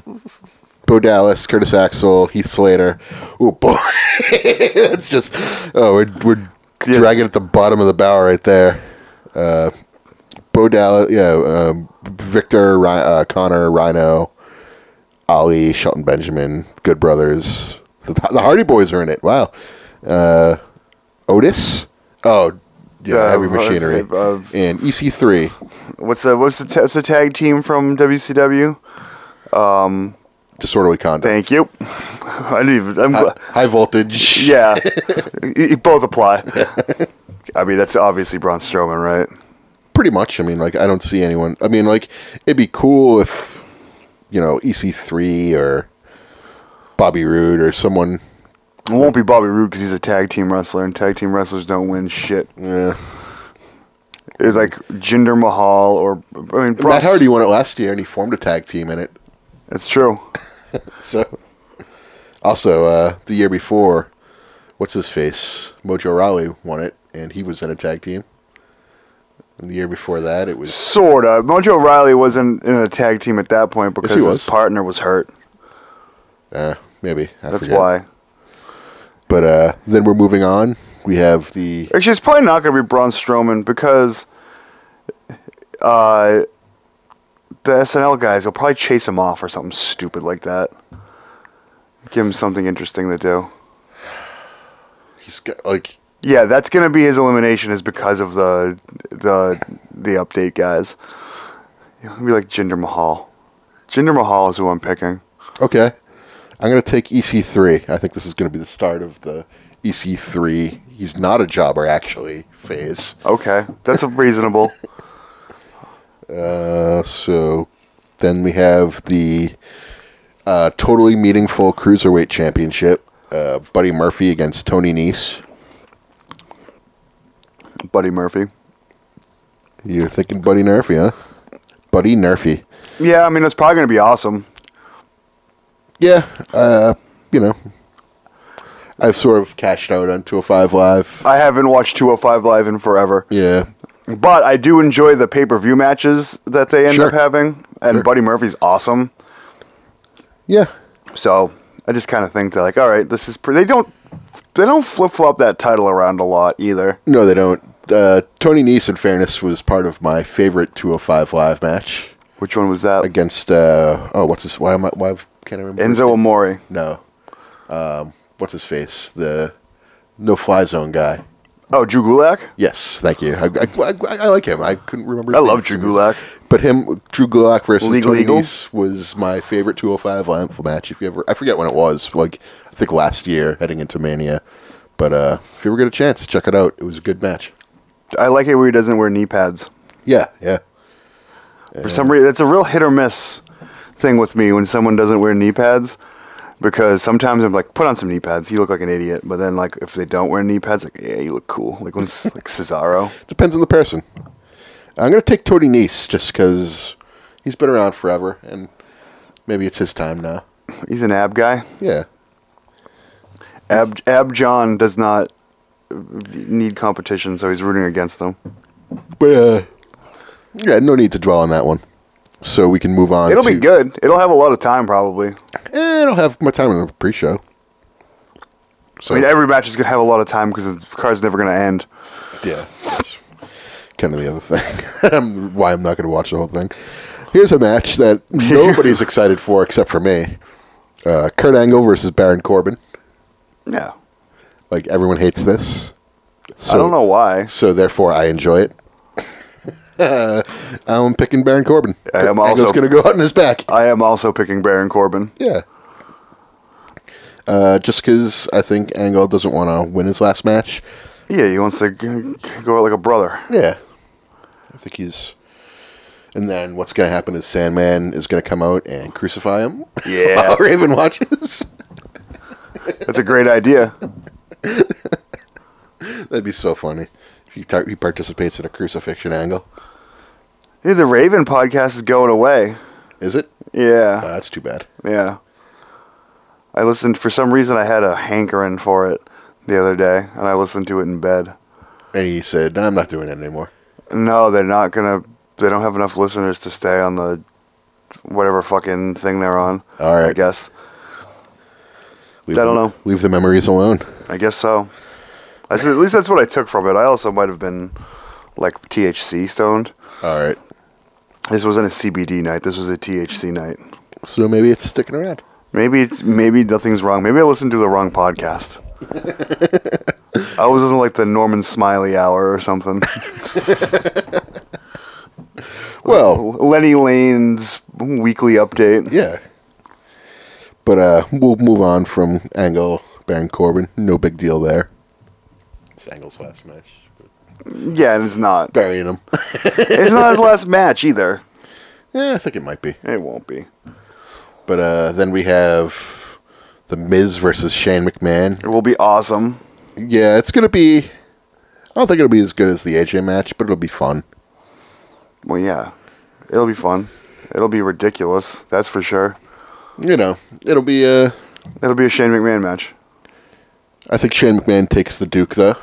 Speaker 2: Bo Dallas, Curtis Axel, Heath Slater. Oh boy, it's just oh we're we're
Speaker 1: Yeah.
Speaker 2: dragging at the bottom of the barrel right there. Uh, Bo Dallas, yeah, um, Victor, Ry- uh, Connor, Rhino, Ali, Shelton Benjamin, Good Brothers. The, the Hardy Boys are in it. Wow. Uh, Otis. Oh, yeah,
Speaker 1: Uh,
Speaker 2: Heavy Machinery.
Speaker 1: uh, uh,
Speaker 2: and E EC3.
Speaker 1: What's the what's the, ta- what's the tag team from WCW?
Speaker 2: Disorderly Conduct.
Speaker 1: Thank you. I didn't even. I'm
Speaker 2: High,
Speaker 1: gl-
Speaker 2: high Voltage.
Speaker 1: yeah, Y- y- both apply. I mean, that's obviously Braun Strowman, right?
Speaker 2: Pretty much. I mean, like, I don't see anyone. I mean, like, it'd be cool if, you know, EC3 or Bobby Roode or someone.
Speaker 1: It won't be Bobby Roode because he's a tag team wrestler, and tag team wrestlers don't win shit.
Speaker 2: Yeah.
Speaker 1: It's like Jinder Mahal or I mean, Braun,
Speaker 2: Matt Hardy won it last year and he formed a tag team in it.
Speaker 1: It's true.
Speaker 2: So, also uh, the year before, what's his face? Mojo Rawley won it, and he was in a tag team. And the year before that, it was
Speaker 1: Sorta. Mojo O'Reilly wasn't in a tag team at that point because
Speaker 2: he
Speaker 1: his
Speaker 2: was.
Speaker 1: partner was hurt.
Speaker 2: uh, maybe I
Speaker 1: That's
Speaker 2: forget.
Speaker 1: why.
Speaker 2: But uh, then we're moving on. We have the
Speaker 1: Actually, it's probably not going to be Braun Strowman because uh, the SNL guys will probably chase him off or something stupid like that. Give him something interesting to do.
Speaker 2: he's got, like
Speaker 1: Yeah, that's going to be his elimination is because of the the the update guys. It'll be like Jinder Mahal. Jinder Mahal is who I'm picking.
Speaker 2: okay. I'm gonna take EC3. I think this is gonna be the start of the EC3. He's not a jobber actually phase.
Speaker 1: Okay, that's reasonable.
Speaker 2: Uh, so then we have the uh, totally meaningful cruiserweight championship. Uh, Buddy Murphy against Tony Nese.
Speaker 1: Buddy Murphy.
Speaker 2: You're thinking Buddy Murphy, huh? Buddy Murphy.
Speaker 1: Yeah, I mean that's probably going to be awesome.
Speaker 2: Yeah, uh, you know, I've sort of cashed out on 205 Live.
Speaker 1: I haven't watched 205 live in forever.
Speaker 2: Yeah,
Speaker 1: But I do enjoy the pay per view matches that they end
Speaker 2: Sure.
Speaker 1: up having, and
Speaker 2: Sure.
Speaker 1: Buddy Murphy's awesome.
Speaker 2: yeah.
Speaker 1: So I just kind of think that like, all right, this is pretty. They don't they don't flip flop that title around a lot either.
Speaker 2: No, they don't. Uh, Tony Nese, in fairness, was part of my favorite 205 Live match
Speaker 1: Which one was that?
Speaker 2: against. Uh, oh, what's this? Why am I? Why can't I remember? his
Speaker 1: Enzo Amore.
Speaker 2: No. Um, what's his face? The no fly zone guy.
Speaker 1: Oh, Drew Gulak.
Speaker 2: Yes, thank you. I, I, I, I like him. I couldn't remember.
Speaker 1: I
Speaker 2: his
Speaker 1: love
Speaker 2: name.
Speaker 1: Drew Gulak.
Speaker 2: But him, Drew Gulak versus
Speaker 1: Legal
Speaker 2: Tony
Speaker 1: Eagle?
Speaker 2: Nese was my favorite 205 lamp match. If you ever, I forget when it was. Like I think last year, heading into Mania. But uh, if you ever get a chance, check it out. It was a good match.
Speaker 1: I like it where he doesn't wear knee pads.
Speaker 2: Yeah, yeah.
Speaker 1: For some reason, it's a real hit or miss thing with me when someone doesn't wear knee pads. Because sometimes I'm like, put on some knee pads. You look like an idiot. But then, like, if they don't wear knee pads, like, yeah, you look cool. Like when S- like Cesaro.
Speaker 2: Depends on the person. I'm gonna take Tony Nese just because he's been around forever, and maybe it's his time now.
Speaker 1: He's an ab guy.
Speaker 2: Yeah,
Speaker 1: Ab Ab John does not need competition, so he's rooting against them.
Speaker 2: but uh, yeah, no need to dwell on that one. So we can move on.
Speaker 1: It'll
Speaker 2: to,
Speaker 1: be good. It'll have a lot of time probably.
Speaker 2: Eh, I don't have my time in the pre-show. So
Speaker 1: I mean, every match is gonna have a lot of time because the card's never gonna end.
Speaker 2: Yeah. That's kind of the other thing. Um, Why I'm not going to watch the whole thing. Here's a match that nobody's excited for except for me uh, Kurt Angle versus Baron Corbin.
Speaker 1: Yeah.
Speaker 2: Like, everyone hates this. So,
Speaker 1: I don't know why.
Speaker 2: So, therefore, I enjoy it. I'm picking Baron Corbin.
Speaker 1: I am
Speaker 2: Angle's
Speaker 1: also-
Speaker 2: going to go out on his back.
Speaker 1: I am also picking Baron Corbin.
Speaker 2: Yeah. Uh, just because I think Angle doesn't want to win his last match.
Speaker 1: Yeah, he wants to g- go out like a brother.
Speaker 2: Yeah. I think he's. And then what's going to happen is Sandman is going to come out and crucify him.
Speaker 1: Yeah.
Speaker 2: While Raven watches.
Speaker 1: That's a great idea.
Speaker 2: That'd be so funny. If he, tar- he participates in a crucifixion angle.
Speaker 1: Yeah, the Raven podcast is going away.
Speaker 2: Is it? Oh,
Speaker 1: Yeah,
Speaker 2: that's too bad.
Speaker 1: yeah. I listened for some reason. I had a hankering for it the other day, and I listened to it in bed.
Speaker 2: And he said, "No, I'm not doing it anymore.
Speaker 1: No, they're not gonna. They don't have enough listeners to stay on the whatever fucking thing they're on.
Speaker 2: All right.
Speaker 1: I guess.
Speaker 2: Leave
Speaker 1: I don't
Speaker 2: the-
Speaker 1: know.
Speaker 2: Leave the memories alone.
Speaker 1: I guess so. I said, at least that's what I took from it. I also might have been like THC stoned.
Speaker 2: All right.
Speaker 1: This wasn't a CBD night. This was a THC night.
Speaker 2: So maybe it's sticking around.
Speaker 1: Maybe it's, maybe nothing's wrong. Maybe I listened to the wrong podcast. I always listen to like the Norman Smiley Hour or something.
Speaker 2: Well,
Speaker 1: Lenny Lane's weekly update.
Speaker 2: yeah. But uh, we'll move on from Angle, Baron Corbin. No big deal there. It's Angle's last match.
Speaker 1: Yeah, and it's not.
Speaker 2: Burying him.
Speaker 1: It's not his last match either.
Speaker 2: Yeah, I think it might be.
Speaker 1: It won't be.
Speaker 2: But uh, then we have the Miz versus Shane McMahon.
Speaker 1: It will be awesome.
Speaker 2: Yeah, it's gonna be. I don't think it'll be as good as the AJ match, but it'll be fun.
Speaker 1: Well, yeah, it'll be fun. It'll be ridiculous. That's for sure.
Speaker 2: You know, it'll be. Uh,
Speaker 1: It'll be a Shane McMahon match.
Speaker 2: I think Shane McMahon takes the Duke though.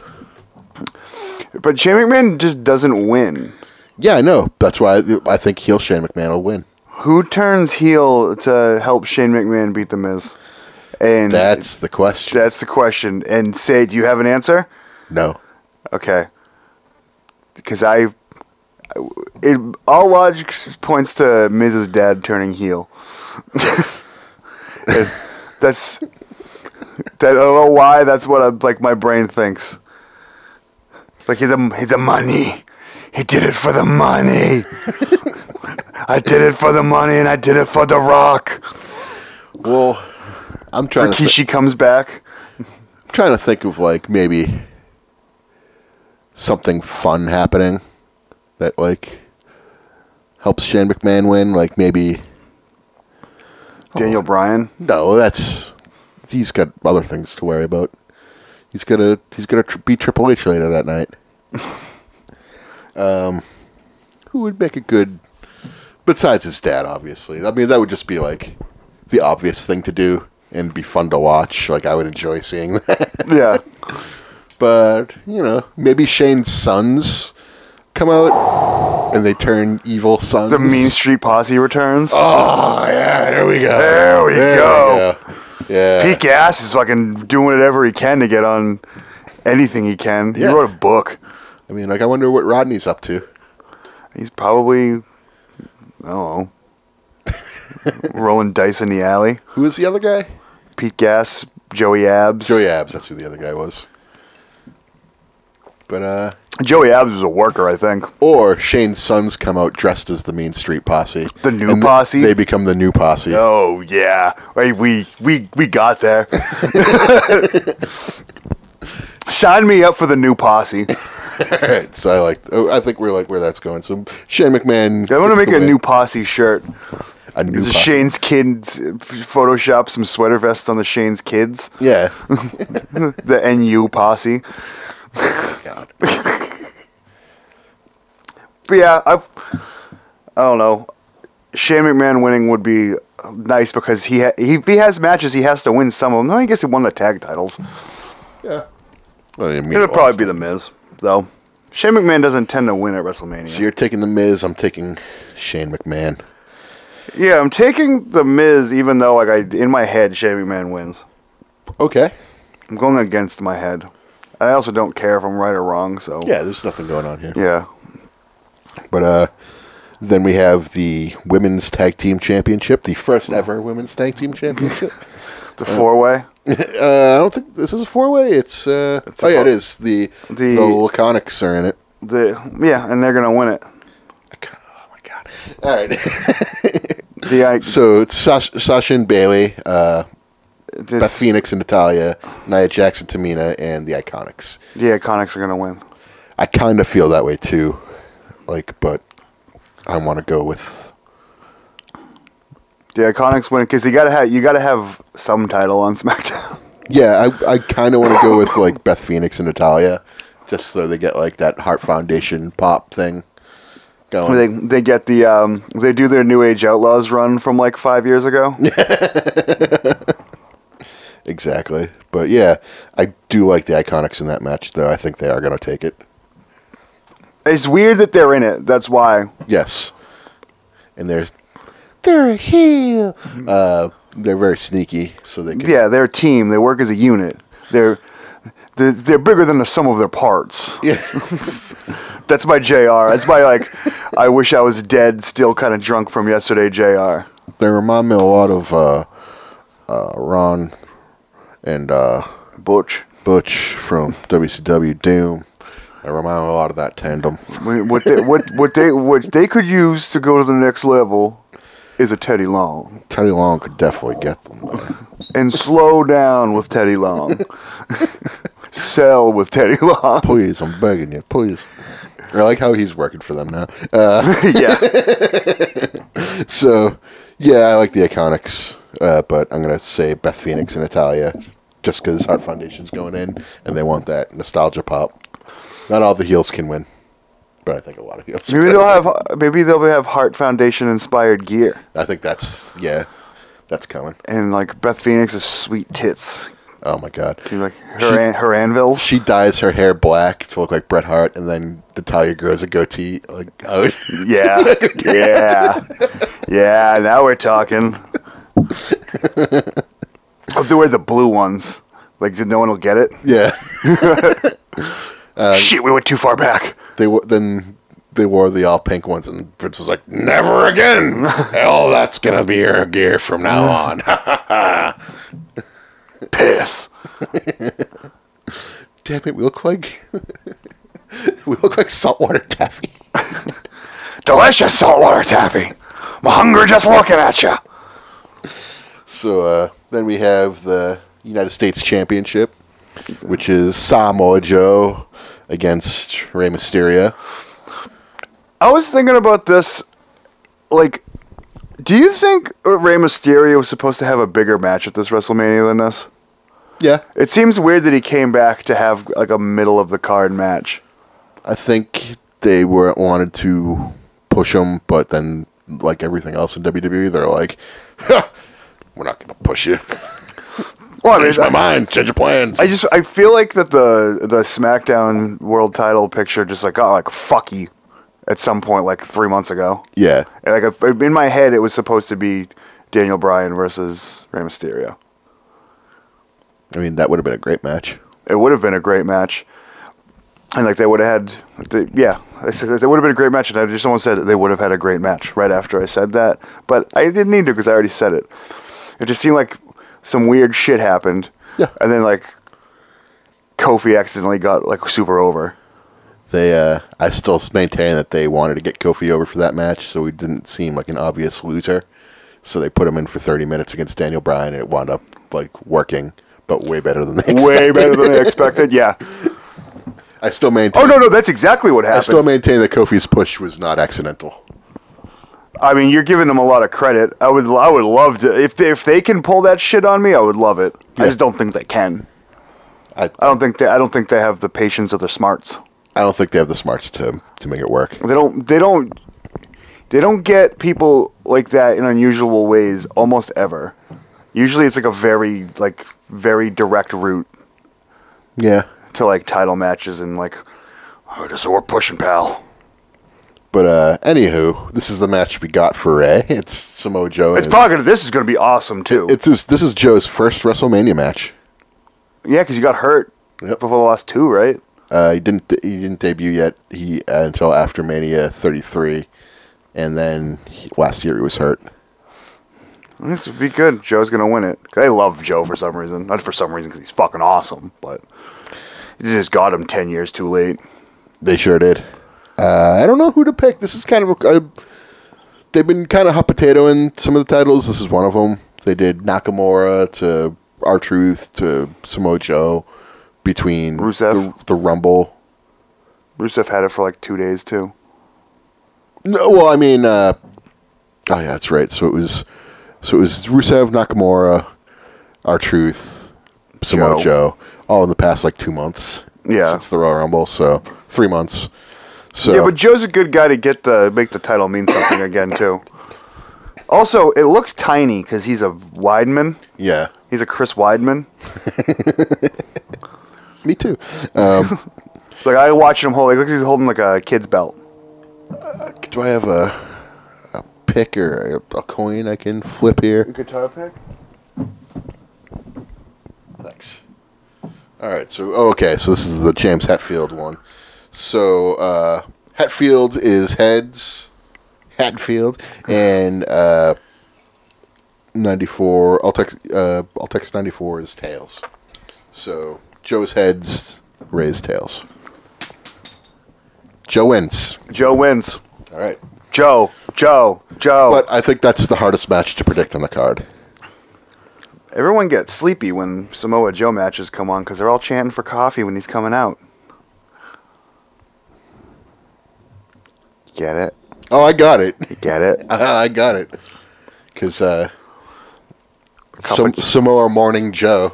Speaker 1: But Shane McMahon just doesn't win.
Speaker 2: Yeah, I know. That's why I, I think heel Shane McMahon will win.
Speaker 1: Who turns heel to help Shane McMahon beat the Miz? And
Speaker 2: That's the question.
Speaker 1: That's the question. And say, do you have an answer?
Speaker 2: no.
Speaker 1: Okay. Because I, it all logic points to Miz's dad turning heel. It- that's that. I don't know why. That's what I'm, like my brain thinks. Like the the money. He did it for the money. I did it for the money, and I did it for the Rock.
Speaker 2: Well, I'm trying to. thi-
Speaker 1: Rikishi comes back.
Speaker 2: I'm trying to think of like maybe something fun happening that like helps Shane McMahon win. Like maybe
Speaker 1: Daniel Bryan.
Speaker 2: No, that's he's got other things to worry about. He's gonna he's gonna tr- be Triple H later that night. um, who would make a good besides his dad? Obviously, I mean that would just be like the obvious thing to do and be fun to watch. Like I would enjoy seeing that.
Speaker 1: Yeah.
Speaker 2: but you know, maybe Shane's sons come out and they turn evil sons.
Speaker 1: The Mean Street Posse returns.
Speaker 2: Oh yeah, there we go.
Speaker 1: There we go.
Speaker 2: we go. Yeah.
Speaker 1: Pete Gas is fucking doing whatever he can to get on anything he can.
Speaker 2: Yeah.
Speaker 1: He wrote a book.
Speaker 2: I mean, like, I wonder what Rodney's up to.
Speaker 1: He's probably, I don't know, rolling dice in the alley.
Speaker 2: Who is the other guy?
Speaker 1: Pete Gas, Joey Abs.
Speaker 2: Joey Abs. That's who the other guy was. But uh,
Speaker 1: Joey Abs was a worker, I think.
Speaker 2: or Shane's sons come out dressed as the Mean Street Posse.
Speaker 1: The new
Speaker 2: And th-
Speaker 1: posse?
Speaker 2: They become the new posse.
Speaker 1: Oh yeah, Hey, we we we got there. Sign me up for the new posse.
Speaker 2: All right. So I like. Oh, I think we're like where that's going. So Shane McMahon.
Speaker 1: I want to
Speaker 2: gets
Speaker 1: make
Speaker 2: the
Speaker 1: a
Speaker 2: win.
Speaker 1: new posse shirt.
Speaker 2: a new
Speaker 1: Just
Speaker 2: posse.
Speaker 1: Shane's kids uh, Photoshop some sweater vests on the Shane's kids.
Speaker 2: Yeah. Oh,
Speaker 1: the NU posse.
Speaker 2: God.
Speaker 1: But yeah, I've, I don't know. Shane McMahon winning would be nice because he ha- he if he has matches, he has to win some of them. No, I guess he won the tag titles.
Speaker 2: Yeah. Well, I mean,
Speaker 1: It'll
Speaker 2: lost.
Speaker 1: probably be the Miz though. Shane McMahon doesn't tend to win at WrestleMania.
Speaker 2: So you're taking the Miz. I'm taking Shane McMahon.
Speaker 1: Yeah, I'm taking the Miz, even though like I in my head, Shane McMahon wins.
Speaker 2: Okay.
Speaker 1: I'm going against my head. I also don't care if I'm right or wrong. So
Speaker 2: Yeah, there's nothing going on here.
Speaker 1: yeah.
Speaker 2: But uh, then we have the women's tag team championship, the first ever women's tag team championship.
Speaker 1: The four way.
Speaker 2: uh, I don't think this is a four way. It's uh,
Speaker 1: It's
Speaker 2: oh
Speaker 1: a-
Speaker 2: yeah, it is. The
Speaker 1: The-
Speaker 2: the, Laconics are in it.
Speaker 1: The yeah, and they're gonna win it.
Speaker 2: Oh my god! All right.
Speaker 1: The I,
Speaker 2: so it's Sasha, Sasha and Bailey, uh, Beth
Speaker 1: it's,
Speaker 2: Phoenix and Natalia, Nia Jackson, Tamina, and the Iconics.
Speaker 1: the Iconics are gonna win.
Speaker 2: I kind of feel that way too, like, but I want to go with
Speaker 1: The Iconics win because you gotta have you gotta have some title on SmackDown.
Speaker 2: yeah. I I kind of want to go with like Beth Phoenix and Natalia, just so they get like that Heart Foundation pop thing going.
Speaker 1: they they get the um they do their New Age Outlaws run from like five years ago.
Speaker 2: Exactly. But yeah, I do like the Iconics in that match, though. I think they are going to take it.
Speaker 1: It's weird that they're in it. That's why.
Speaker 2: Yes. And they're they're a heel. Uh, they're very sneaky, so they can.
Speaker 1: Yeah, they're a team. They work as a unit. They're they're, they're bigger than the sum of their parts.
Speaker 2: Yeah.
Speaker 1: That's my JR. That's my like I wish I was dead still kind of drunk from yesterday JR.
Speaker 2: they remind me a lot of uh, uh, Ron and uh,
Speaker 1: Butch.
Speaker 2: Butch from WCW Doom. They remind me a lot of that tandem.
Speaker 1: Wh- What they, what what they what they could use to go to the next level is a Teddy Long.
Speaker 2: Teddy Long could definitely get them. There.
Speaker 1: And slow down with Teddy Long. Sell with Teddy Long.
Speaker 2: Please, I'm begging you, please. I like how he's working for them now. Uh,
Speaker 1: yeah.
Speaker 2: So, yeah, I like the Iconics, uh, but I'm going to say Beth Phoenix and Natalia just because Heart Foundation's going in and they want that nostalgia pop. Not all the heels can win, but I think a lot of heels.
Speaker 1: Maybe they'll have maybe they'll have Heart Foundation inspired gear
Speaker 2: I think that's, yeah, that's coming.
Speaker 1: and like Beth Phoenix's sweet tits,
Speaker 2: Oh my God.
Speaker 1: like her
Speaker 2: She-
Speaker 1: an, her anvils.
Speaker 2: She dyes her hair black to look like Bret Hart, and then Natalia grows a goatee. Like, out.
Speaker 1: Yeah, yeah, yeah. Now we're talking. If they wear the blue ones, like did no one will get it?
Speaker 2: yeah. Uh,
Speaker 1: Shit, we went too far back.
Speaker 2: They were then they wore the all pink ones, and Vince was like, "Never again! Hell, that's gonna be your gear from now on."
Speaker 1: Piss.
Speaker 2: Damn it, we look like we look like saltwater taffy.
Speaker 1: Delicious saltwater taffy. I'm hungry just looking at you.
Speaker 2: So uh, then we have the United States Championship, which is Samoa Joe against Rey Mysterio.
Speaker 1: I was thinking about this. Like, do you think Rey Mysterio was supposed to have a bigger match at this WrestleMania than this?
Speaker 2: Yeah,
Speaker 1: It seems weird that he came back to have like a middle of the card match.
Speaker 2: I think they were wanted to push him, but then like everything else in WWE, they're like, "Huh, "We're not gonna push you."
Speaker 1: Well, I mean,
Speaker 2: Change my mind. Change your plans.
Speaker 1: I just I feel like that the the SmackDown World Title picture just like oh like fuck you at some point like three months ago.
Speaker 2: yeah.
Speaker 1: And, like if- in my head, it was supposed to be Daniel Bryan versus Rey Mysterio.
Speaker 2: I mean, that would have been a great match.
Speaker 1: It would have been a great match, and like they would have had the, yeah I said that they would have been a great match, and I just almost said that they would have had a great match right after I said that, but I didn't need to because I already said it. It just seemed like some weird shit happened,
Speaker 2: Yeah.
Speaker 1: and then like Kofi accidentally got like super over.
Speaker 2: They, uh, I still maintain that they wanted to get Kofi over for that match, so he didn't seem like an obvious loser. So they put him in for 30 minutes against Daniel Bryan, and it wound up like working, but way better than they.
Speaker 1: way
Speaker 2: expected.
Speaker 1: better than I expected. Yeah.
Speaker 2: I still maintain.
Speaker 1: Oh no, no, that's exactly what
Speaker 2: I
Speaker 1: happened.
Speaker 2: still maintain that Kofi's push was not accidental.
Speaker 1: I mean, you're giving them a lot of credit. I would, I would love to if they, if they can pull that shit on me, I would love it. I
Speaker 2: Yeah.
Speaker 1: just don't think they can.
Speaker 2: I,
Speaker 1: I don't think they, I don't think they have the patience or the smarts.
Speaker 2: I don't think they have the smarts to to make it work.
Speaker 1: They don't. They don't. They don't get people like that in unusual ways almost ever. Usually, it's like a very like very direct route
Speaker 2: Yeah,
Speaker 1: to like title matches and like, oh, this is what we're pushing, pal.
Speaker 2: but uh, anywho, this is the match we got for Ray. It's Samoa Joe.
Speaker 1: It's
Speaker 2: and-
Speaker 1: probably gonna. This is gonna be awesome too.
Speaker 2: it's his, this is Joe's first WrestleMania match.
Speaker 1: yeah, because you got hurt
Speaker 2: Yep.
Speaker 1: before the last two, right?
Speaker 2: Uh, he didn't he didn't debut yet. He uh, until after Mania 33, and then he, last year he was hurt.
Speaker 1: This would be good. Joe's gonna win it. 'Cause I love Joe for some reason. Not for some reason because he's fucking awesome, but you just got him ten years too late.
Speaker 2: They sure did. Uh, I don't know who to pick. This is kind of a, I- they've been kind of hot potatoing some of the titles. This is one of them. They did Nakamura to R Truth to Samoa Joe between
Speaker 1: Rusev.
Speaker 2: the, the Rumble.
Speaker 1: Rusev had it for like two days too.
Speaker 2: No, well, I mean, uh, oh yeah, that's right. So it was, so it was Rusev, Nakamura, R Truth, Samoa
Speaker 1: Joe.
Speaker 2: Joe, all in the past like two months.
Speaker 1: Yeah.
Speaker 2: since the Royal Rumble, so three months. So
Speaker 1: Yeah, but Joe's a good guy to get the make the title mean something again too. Also, it looks tiny because he's a Weidman.
Speaker 2: yeah,
Speaker 1: He's a Chris Weidman.
Speaker 2: me too. Uh,
Speaker 1: Like I watched him hold. Like, look, he's holding like a kid's belt.
Speaker 2: Do I have a a pick or a, a coin I can flip here?
Speaker 1: Guitar pick.
Speaker 2: Thanks. All right. So oh, okay. So this is the James Hetfield one. So uh, Hetfield is heads. Hatfield and uh, ninety four. Altex uh, Altex ninety four is tails. So Joe's heads, Ray's tails. Joe wins.
Speaker 1: Joe wins.
Speaker 2: All right.
Speaker 1: Joe. Joe. Joe.
Speaker 2: But I think that's the hardest match to predict on the card.
Speaker 1: Everyone gets sleepy when Samoa Joe matches come on because they're all chanting for coffee when he's coming out. Get it?
Speaker 2: Oh, I got it.
Speaker 1: Get it?
Speaker 2: I got it. Because uh,
Speaker 1: Cup
Speaker 2: Sam-
Speaker 1: of-
Speaker 2: Samoa Morning Joe.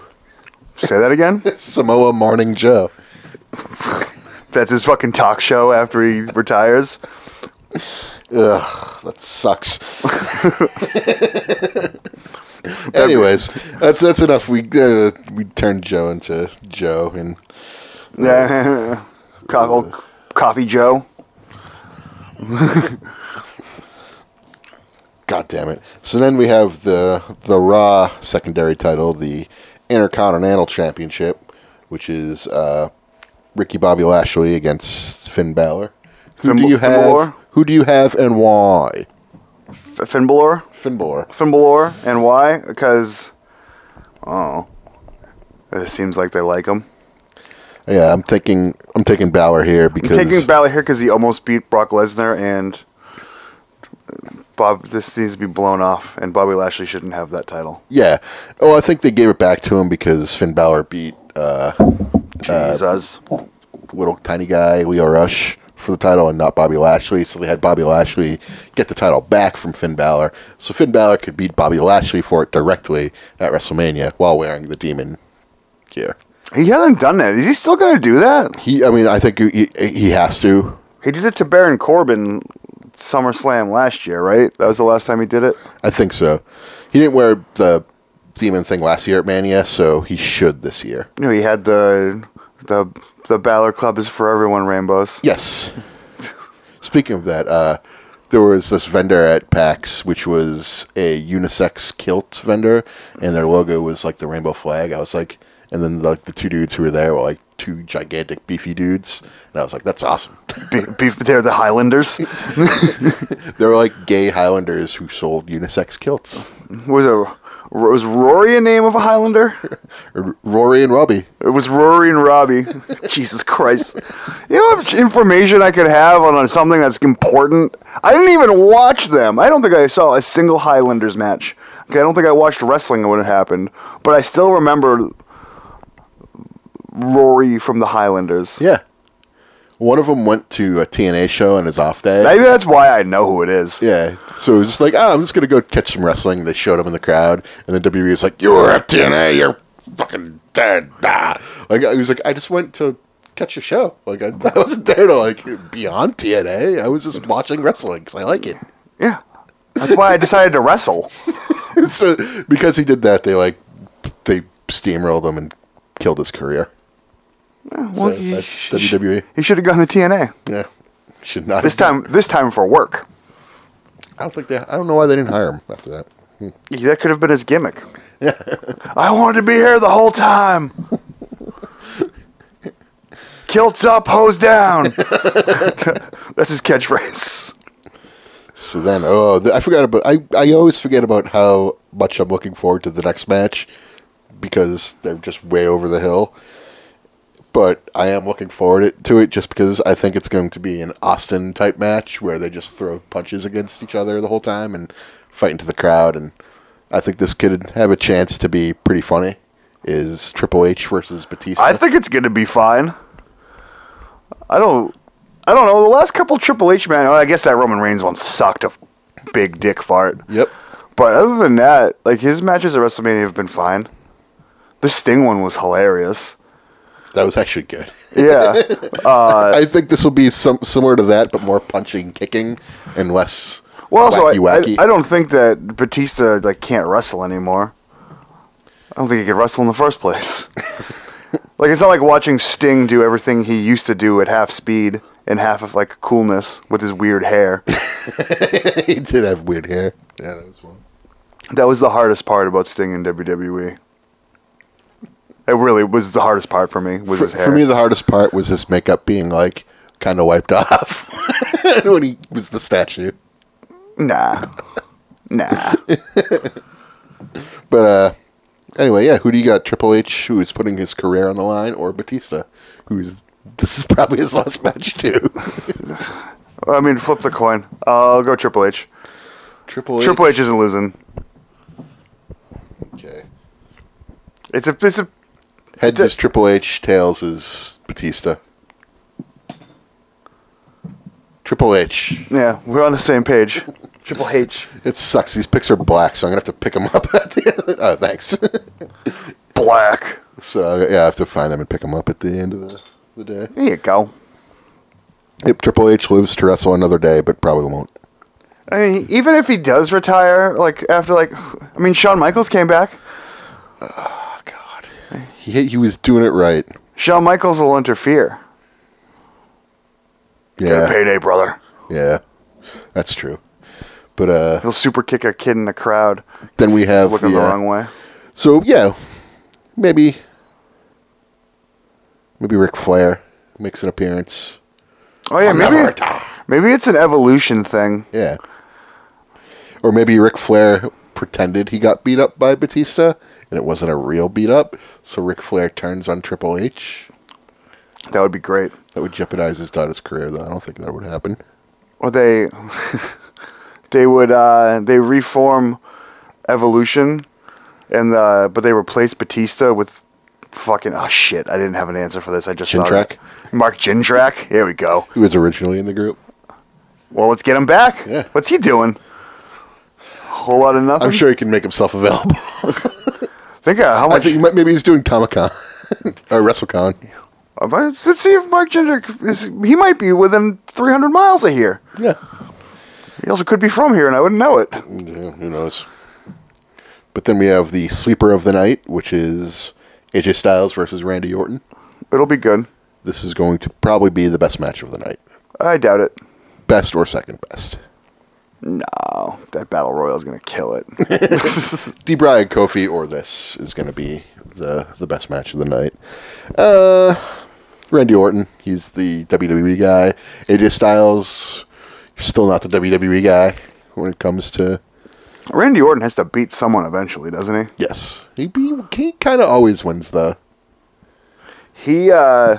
Speaker 1: Say that again?
Speaker 2: Samoa Morning Joe.
Speaker 1: That's his fucking talk show after he retires.
Speaker 2: Ugh, that sucks. Anyways, that's that's enough. We uh, we turned Joe into Joe, and
Speaker 1: Yeah. Co- old coffee Joe.
Speaker 2: God damn it. So then we have the the Raw secondary title, the Intercontinental Championship, which is uh, Ricky Bobby Lashley against Finn Balor. Who
Speaker 1: Finn-
Speaker 2: do you
Speaker 1: Finn
Speaker 2: have?
Speaker 1: Balor?
Speaker 2: Who do you have, and why?
Speaker 1: F- Finn Balor?
Speaker 2: Finn Balor.
Speaker 1: Finn Balor. And why? Because, oh, it seems like they like him.
Speaker 2: Yeah, I'm thinking. I'm taking Balor here
Speaker 1: I'm taking
Speaker 2: because
Speaker 1: Balor here because he almost beat Brock Lesnar, and Bob. This needs to be blown off, and Bobby Lashley shouldn't have that title.
Speaker 2: yeah. Oh, I think they gave it back to him because Finn Balor beat uh,
Speaker 1: Jesus,
Speaker 2: little tiny guy Leo Rush for the title and not Bobby Lashley. So they had Bobby Lashley get the title back from Finn Balor. So Finn Balor could beat Bobby Lashley for it directly at WrestleMania while wearing the demon gear.
Speaker 1: he hasn't done that. Is he still gonna do that?
Speaker 2: He, I mean, I think he, he has to.
Speaker 1: He did it to Baron Corbin SummerSlam last year, right? That was the last time he did it.
Speaker 2: I think so. He didn't wear the demon thing last year at Mania, so he should this year.
Speaker 1: You know, he had the the the Balor Club is for everyone, Rambos.
Speaker 2: Yes. Speaking of that, uh, there was this vendor at PAX, which was a unisex kilt vendor, and their logo was like the rainbow flag. I was like, and then like the two dudes who were there were like two gigantic beefy dudes, and I was like, that's awesome.
Speaker 1: Be- beef, they're the Highlanders.
Speaker 2: they were like gay Highlanders who sold unisex kilts.
Speaker 1: was a was Rory a name of a Highlander?
Speaker 2: R- Rory and Robbie.
Speaker 1: It was Rory and Robbie. Jesus Christ. You know how much information I could have on, on something that's important? I didn't even watch them. I don't think I saw a single Highlanders match. Okay, I don't think I watched wrestling when it happened, but I still remember Rory from the Highlanders.
Speaker 2: Yeah. One of them went to a TNA show on his off day.
Speaker 1: Maybe that's why I know who it is.
Speaker 2: Yeah. So it was just like, oh, I'm just gonna go catch some wrestling. They showed him in the E crowd, and then WWE was like, "You were at TNA. You're fucking dead." Nah. Like I was like, I just went to catch a show. Like I, I wasn't there to like be on TNA. I was just watching wrestling because I like it.
Speaker 1: Yeah. That's why I decided to wrestle.
Speaker 2: so because he did that, they like they steamrolled him and killed his career.
Speaker 1: Yeah,
Speaker 2: So
Speaker 1: well, you
Speaker 2: that's E.
Speaker 1: sh-
Speaker 2: WWE.
Speaker 1: He should have gone to TNA.
Speaker 2: Yeah, should not.
Speaker 1: This
Speaker 2: have done-
Speaker 1: time this time for work.
Speaker 2: I don't think they. I don't know why they didn't hire him after that.
Speaker 1: That could have been his gimmick. I wanted to be here the whole time. Kilts up, hose down. That's his catchphrase.
Speaker 2: So then, oh, th- I forgot about. I I always forget about how much I'm looking forward to the next match because they're just way over the hill. But I am looking forward it- to it just because I think it's going to be an Austin type match where they just throw punches against each other the whole time and fight into the crowd. And I think this could have a chance to be pretty funny. Is Triple H versus Batista?
Speaker 1: I think it's gonna be fine. I don't. I don't know. The last couple Triple H man. I guess that Roman Reigns one sucked a big dick fart.
Speaker 2: Yep.
Speaker 1: But other than that, like his matches at WrestleMania have been fine. The Sting one was hilarious.
Speaker 2: That was actually good.
Speaker 1: Yeah. uh,
Speaker 2: I think this will be some similar to that, but more punching, kicking, and less
Speaker 1: well, also I,
Speaker 2: wacky, wacky.
Speaker 1: I, I don't think that Batista like can't wrestle anymore. I don't think he could wrestle in the first place. like it's not like watching Sting do everything he used to do at half speed and half of like coolness with his weird hair.
Speaker 2: he did have weird hair. Yeah, that was one.
Speaker 1: That was the hardest part about Sting in WWE. It really was the hardest part for me was
Speaker 2: For,
Speaker 1: his hair.
Speaker 2: for me, the hardest part was his makeup being like kind of wiped off when he was the statue.
Speaker 1: nah, nah.
Speaker 2: But uh, anyway, yeah, who do you got? Triple H, who is putting his career on the line, or Batista, who's this is probably his last match too.
Speaker 1: I mean, flip the coin. I'll go Triple H.
Speaker 2: Triple H.
Speaker 1: Triple H isn't losing.
Speaker 2: Okay.
Speaker 1: It's a it's a
Speaker 2: Heads is Triple H, tails is Batista. Triple H.
Speaker 1: yeah. We're on the same page. Triple H.
Speaker 2: It sucks. These picks are black, so I'm gonna have to pick them up. At the end. Oh, thanks.
Speaker 1: Black.
Speaker 2: so yeah, I have to find them and pick them up at the end of the, the day.
Speaker 1: There you go.
Speaker 2: Yep, Triple H lives to wrestle another day, but probably won't.
Speaker 1: I mean, even if he does retire, like after like, I mean, Shawn Michaels came back.
Speaker 2: Oh God. He he was doing it right.
Speaker 1: Shawn Michaels will interfere. Get a
Speaker 2: Yeah,
Speaker 1: payday, brother.
Speaker 2: yeah, that's true. But uh,
Speaker 1: He'll super kick a kid in the crowd.
Speaker 2: then we have
Speaker 1: Looking
Speaker 2: the,
Speaker 1: the
Speaker 2: uh,
Speaker 1: wrong way.
Speaker 2: so yeah, maybe maybe Ric Flair makes an appearance.
Speaker 1: Oh yeah,
Speaker 2: I'll never
Speaker 1: maybe
Speaker 2: retire.
Speaker 1: maybe it's an evolution thing.
Speaker 2: Yeah. Or maybe Ric Flair pretended he got beat up by Batista and it wasn't a real beat up, so Ric Flair turns on Triple H.
Speaker 1: That would be great.
Speaker 2: That would jeopardize his daughter's career, though. I don't think that would happen.
Speaker 1: Or they they would uh, they reform evolution and uh, but they replace Batista with fucking oh shit I didn't have an answer for this I just thought of it. Mark Jindrak here we go
Speaker 2: He was originally in the group.
Speaker 1: well let's get him back
Speaker 2: Yeah.
Speaker 1: what's he doing whole lot of nothing
Speaker 2: I'm sure he can make himself available.
Speaker 1: think uh, how
Speaker 2: I
Speaker 1: much
Speaker 2: think he might, maybe he's doing Comic Con or WrestleCon.
Speaker 1: Uh, let's let's see if Mark Jindrak is he might be within 300 miles of here
Speaker 2: Yeah.
Speaker 1: he also could be from here and I wouldn't know it
Speaker 2: Yeah, Who knows? But then we have the sleeper of the night, which is AJ Styles versus Randy Orton.
Speaker 1: it'll be good
Speaker 2: This is going to probably be the best match of the night.
Speaker 1: I doubt it.
Speaker 2: Best or second best.
Speaker 1: No, Oh, that battle royal is gonna kill it.
Speaker 2: Debray and Kofi or this is going to be the the best match of the night. Uh, Randy Orton, he's the WWE guy. AJ Styles, still not the WWE guy when it comes to
Speaker 1: Randy Orton has to beat someone eventually, doesn't he?
Speaker 2: yes, he be, he kind of always wins the
Speaker 1: He uh,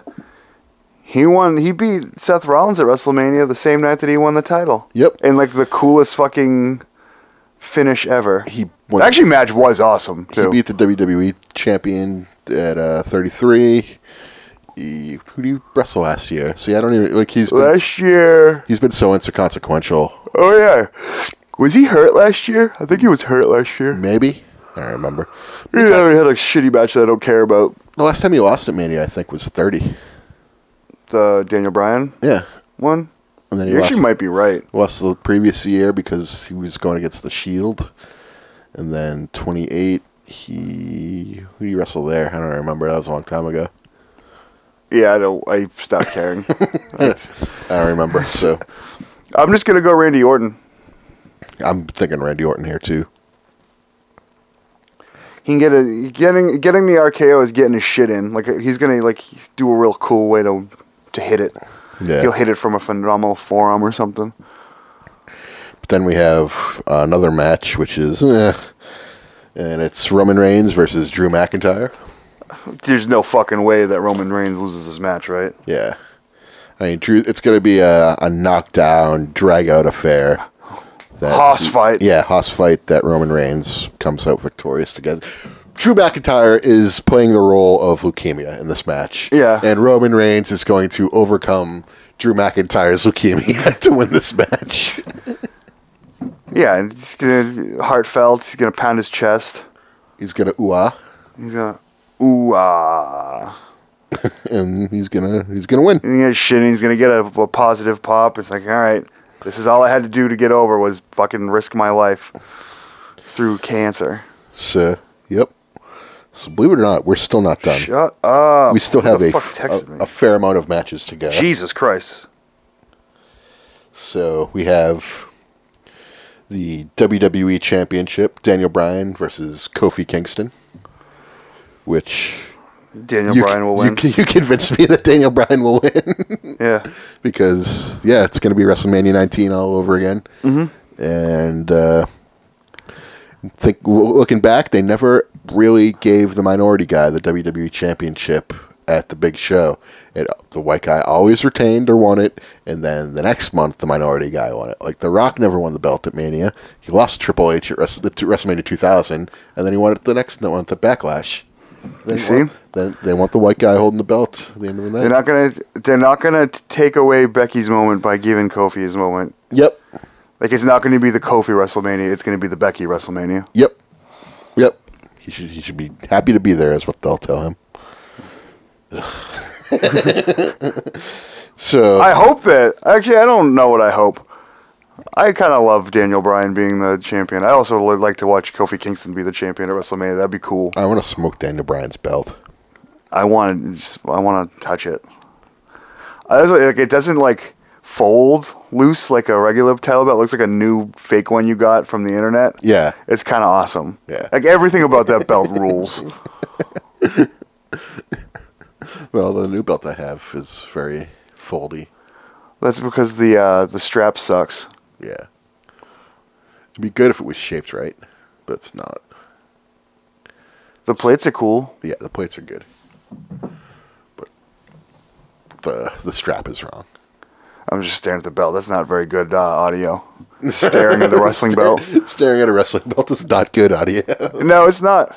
Speaker 1: he won. He beat Seth Rollins at WrestleMania the same night that he won the title.
Speaker 2: Yep.
Speaker 1: And like the coolest fucking finish ever.
Speaker 2: he won,
Speaker 1: Actually, match was awesome
Speaker 2: he
Speaker 1: too.
Speaker 2: beat the WWE champion at uh, 33. He, who do you wrestle last year? See, I don't even like he's been,
Speaker 1: last year.
Speaker 2: he's been so inconsequential.
Speaker 1: Oh yeah. Was he hurt last year? I think he was hurt last year.
Speaker 2: Maybe I don't remember.
Speaker 1: He already had a shitty match that I don't care about.
Speaker 2: The last time he lost at Mania, I think, was 30.
Speaker 1: the Daniel Bryan
Speaker 2: Yeah.
Speaker 1: one?
Speaker 2: And then he
Speaker 1: You
Speaker 2: lost,
Speaker 1: actually might be right.
Speaker 2: lost the previous year because he was going against the Shield. And then 28, he. Who he wrestled there? I don't remember. That was a long time ago.
Speaker 1: Yeah, I don't. I stopped caring.
Speaker 2: I don't remember. So
Speaker 1: I'm just gonna go Randy Orton.
Speaker 2: I'm thinking Randy Orton here, too.
Speaker 1: He can get a getting getting the RKO is getting his shit in. Like he's gonna like do a real cool way to to hit it.
Speaker 2: Yeah.
Speaker 1: He'll hit it from a phenomenal forearm or something.
Speaker 2: But then we have uh, another match, which is, eh, and it's Roman Reigns versus Drew McIntyre.
Speaker 1: There's no fucking way that Roman Reigns loses this match, right?
Speaker 2: Yeah, I mean, Drew. It's going to be a, a knockdown, drag out affair. That,
Speaker 1: Hoss fight.
Speaker 2: Yeah, hoss fight that Roman Reigns comes out victorious together. Drew McIntyre is playing the role of leukemia in this match.
Speaker 1: Yeah.
Speaker 2: And Roman Reigns is going to overcome Drew McIntyre's leukemia to win this match.
Speaker 1: Yeah, and he's gonna heartfelt. He's gonna pound his chest.
Speaker 2: He's going to ooh ah,
Speaker 1: He's gonna ooh ah.
Speaker 2: and he's going to he's going to win.
Speaker 1: And he's gonna shit. And he's gonna get a, a positive pop. It's like, all right, this is all I had to do to get over was fucking risk my life through cancer.
Speaker 2: So, yep. So, believe it or not, we're still not done.
Speaker 1: Shut up.
Speaker 2: we still
Speaker 1: Who
Speaker 2: have
Speaker 1: the
Speaker 2: a,
Speaker 1: fuck
Speaker 2: f-
Speaker 1: texted
Speaker 2: a-
Speaker 1: me?
Speaker 2: a fair amount of matches to go.
Speaker 1: Jesus Christ.
Speaker 2: So, we have the WWE Championship Daniel Bryan versus Kofi Kingston, which
Speaker 1: Daniel
Speaker 2: you,
Speaker 1: Bryan will
Speaker 2: you-
Speaker 1: win.
Speaker 2: You, convinced me that Daniel Bryan will win
Speaker 1: yeah.
Speaker 2: because, yeah, it's going to be WrestleMania 19 all over again. Mm-hmm. And, uh,. Think w- looking back, they never really gave the minority guy the WWE Championship at the big show. It the white guy always retained or won it, and then the next month the minority guy won it. Like The Rock never won the belt at Mania. He lost to Triple H at Wrest- to WrestleMania 2000, and then he won it the next month at Backlash. They
Speaker 1: You see?
Speaker 2: Want, then they want the white guy holding the belt at the end of the night.
Speaker 1: They're not gonna. They're not gonna t- take away Becky's moment by giving Kofi his moment.
Speaker 2: yep,
Speaker 1: Like it's not going to be the Kofi WrestleMania. It's going to be the Becky WrestleMania.
Speaker 2: yep, yep. He should he should be happy to be there, is what they'll tell him. so
Speaker 1: I hope that. Actually, I don't know what I hope. I kind of love Daniel Bryan being the champion. I also would like to watch Kofi Kingston be the champion at WrestleMania. That'd be cool.
Speaker 2: I want to smoke Daniel Bryan's belt.
Speaker 1: I want to. Just, I want to touch it. I also, like it doesn't like fold loose like a regular title belt. It looks like a new fake one you got from the internet.
Speaker 2: Yeah.
Speaker 1: It's kind of awesome.
Speaker 2: Yeah.
Speaker 1: Like everything about that belt rules.
Speaker 2: Well, the new belt I have is very foldy.
Speaker 1: That's because the uh, the strap sucks.
Speaker 2: Yeah. It'd be good if it was shaped right, but it's not.
Speaker 1: The plates are cool.
Speaker 2: Yeah, the plates are good. But the the strap is wrong.
Speaker 1: I'm just staring at the belt. That's not very good uh, audio. Staring at the wrestling belt.
Speaker 2: Staring at a wrestling belt is not good audio.
Speaker 1: No, it's not.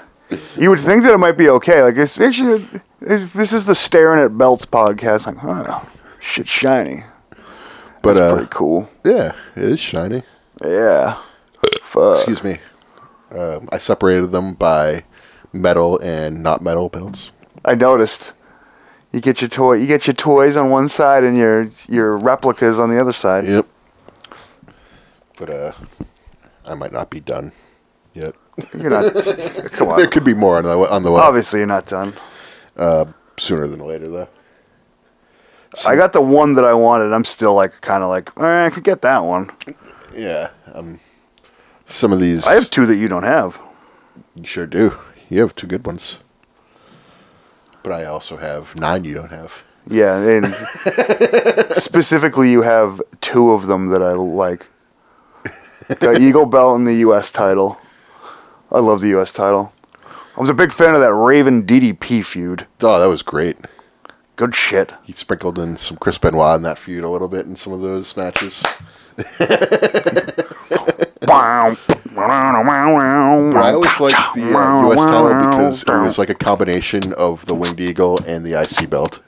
Speaker 1: You would think that it might be okay. Like it's actually it's, this is the staring at belts podcast. Like, oh, shit's shiny.
Speaker 2: but
Speaker 1: That's
Speaker 2: uh
Speaker 1: pretty cool.
Speaker 2: yeah, it is shiny.
Speaker 1: Yeah. Fuck.
Speaker 2: Excuse me. Uh, I separated them by metal and not metal belts.
Speaker 1: I noticed. You get your toy. You get your toys on one side and your your replicas on the other side.
Speaker 2: Yep. But uh I might not be done yet.
Speaker 1: You're not. come
Speaker 2: There
Speaker 1: on.
Speaker 2: could be more on the on the way.
Speaker 1: Obviously, you're not done.
Speaker 2: sooner than later though.
Speaker 1: I got the one that I wanted. I'm still like kind of like eh, I could get that one.
Speaker 2: Yeah. Um some of these
Speaker 1: I have two that you don't have.
Speaker 2: you sure do. You have two good ones. But I also have nine you don't have.
Speaker 1: Yeah, and specifically, you have two of them that I like. The Eagle Belt and the U.S. title. I love the U.S. title. I was a big fan of that Raven DDP feud.
Speaker 2: Oh, that was great.
Speaker 1: Good shit.
Speaker 2: He sprinkled in some Chris Benoit in that feud a little bit in some of those matches.
Speaker 1: I
Speaker 2: But I always
Speaker 1: always
Speaker 2: liked the uh, U.S. title because it was like a combination of the Winged Eagle and the IC belt.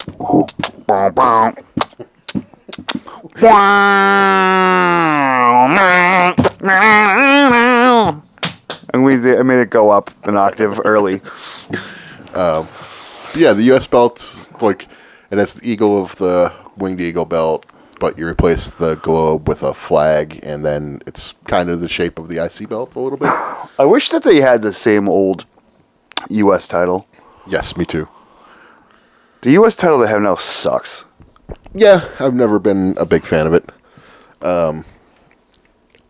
Speaker 1: And we did- I made it go up an octave early.
Speaker 2: Yeah, the U.S. belt, like It has the eagle of the winged eagle belt, but you replace the globe with a flag, and then it's kind of the shape of the IC belt a little bit.
Speaker 1: I wish that they had the same old U.S. title.
Speaker 2: yes, me too.
Speaker 1: The U.S. title they have now sucks.
Speaker 2: Yeah, I've never been a big fan of it. Um,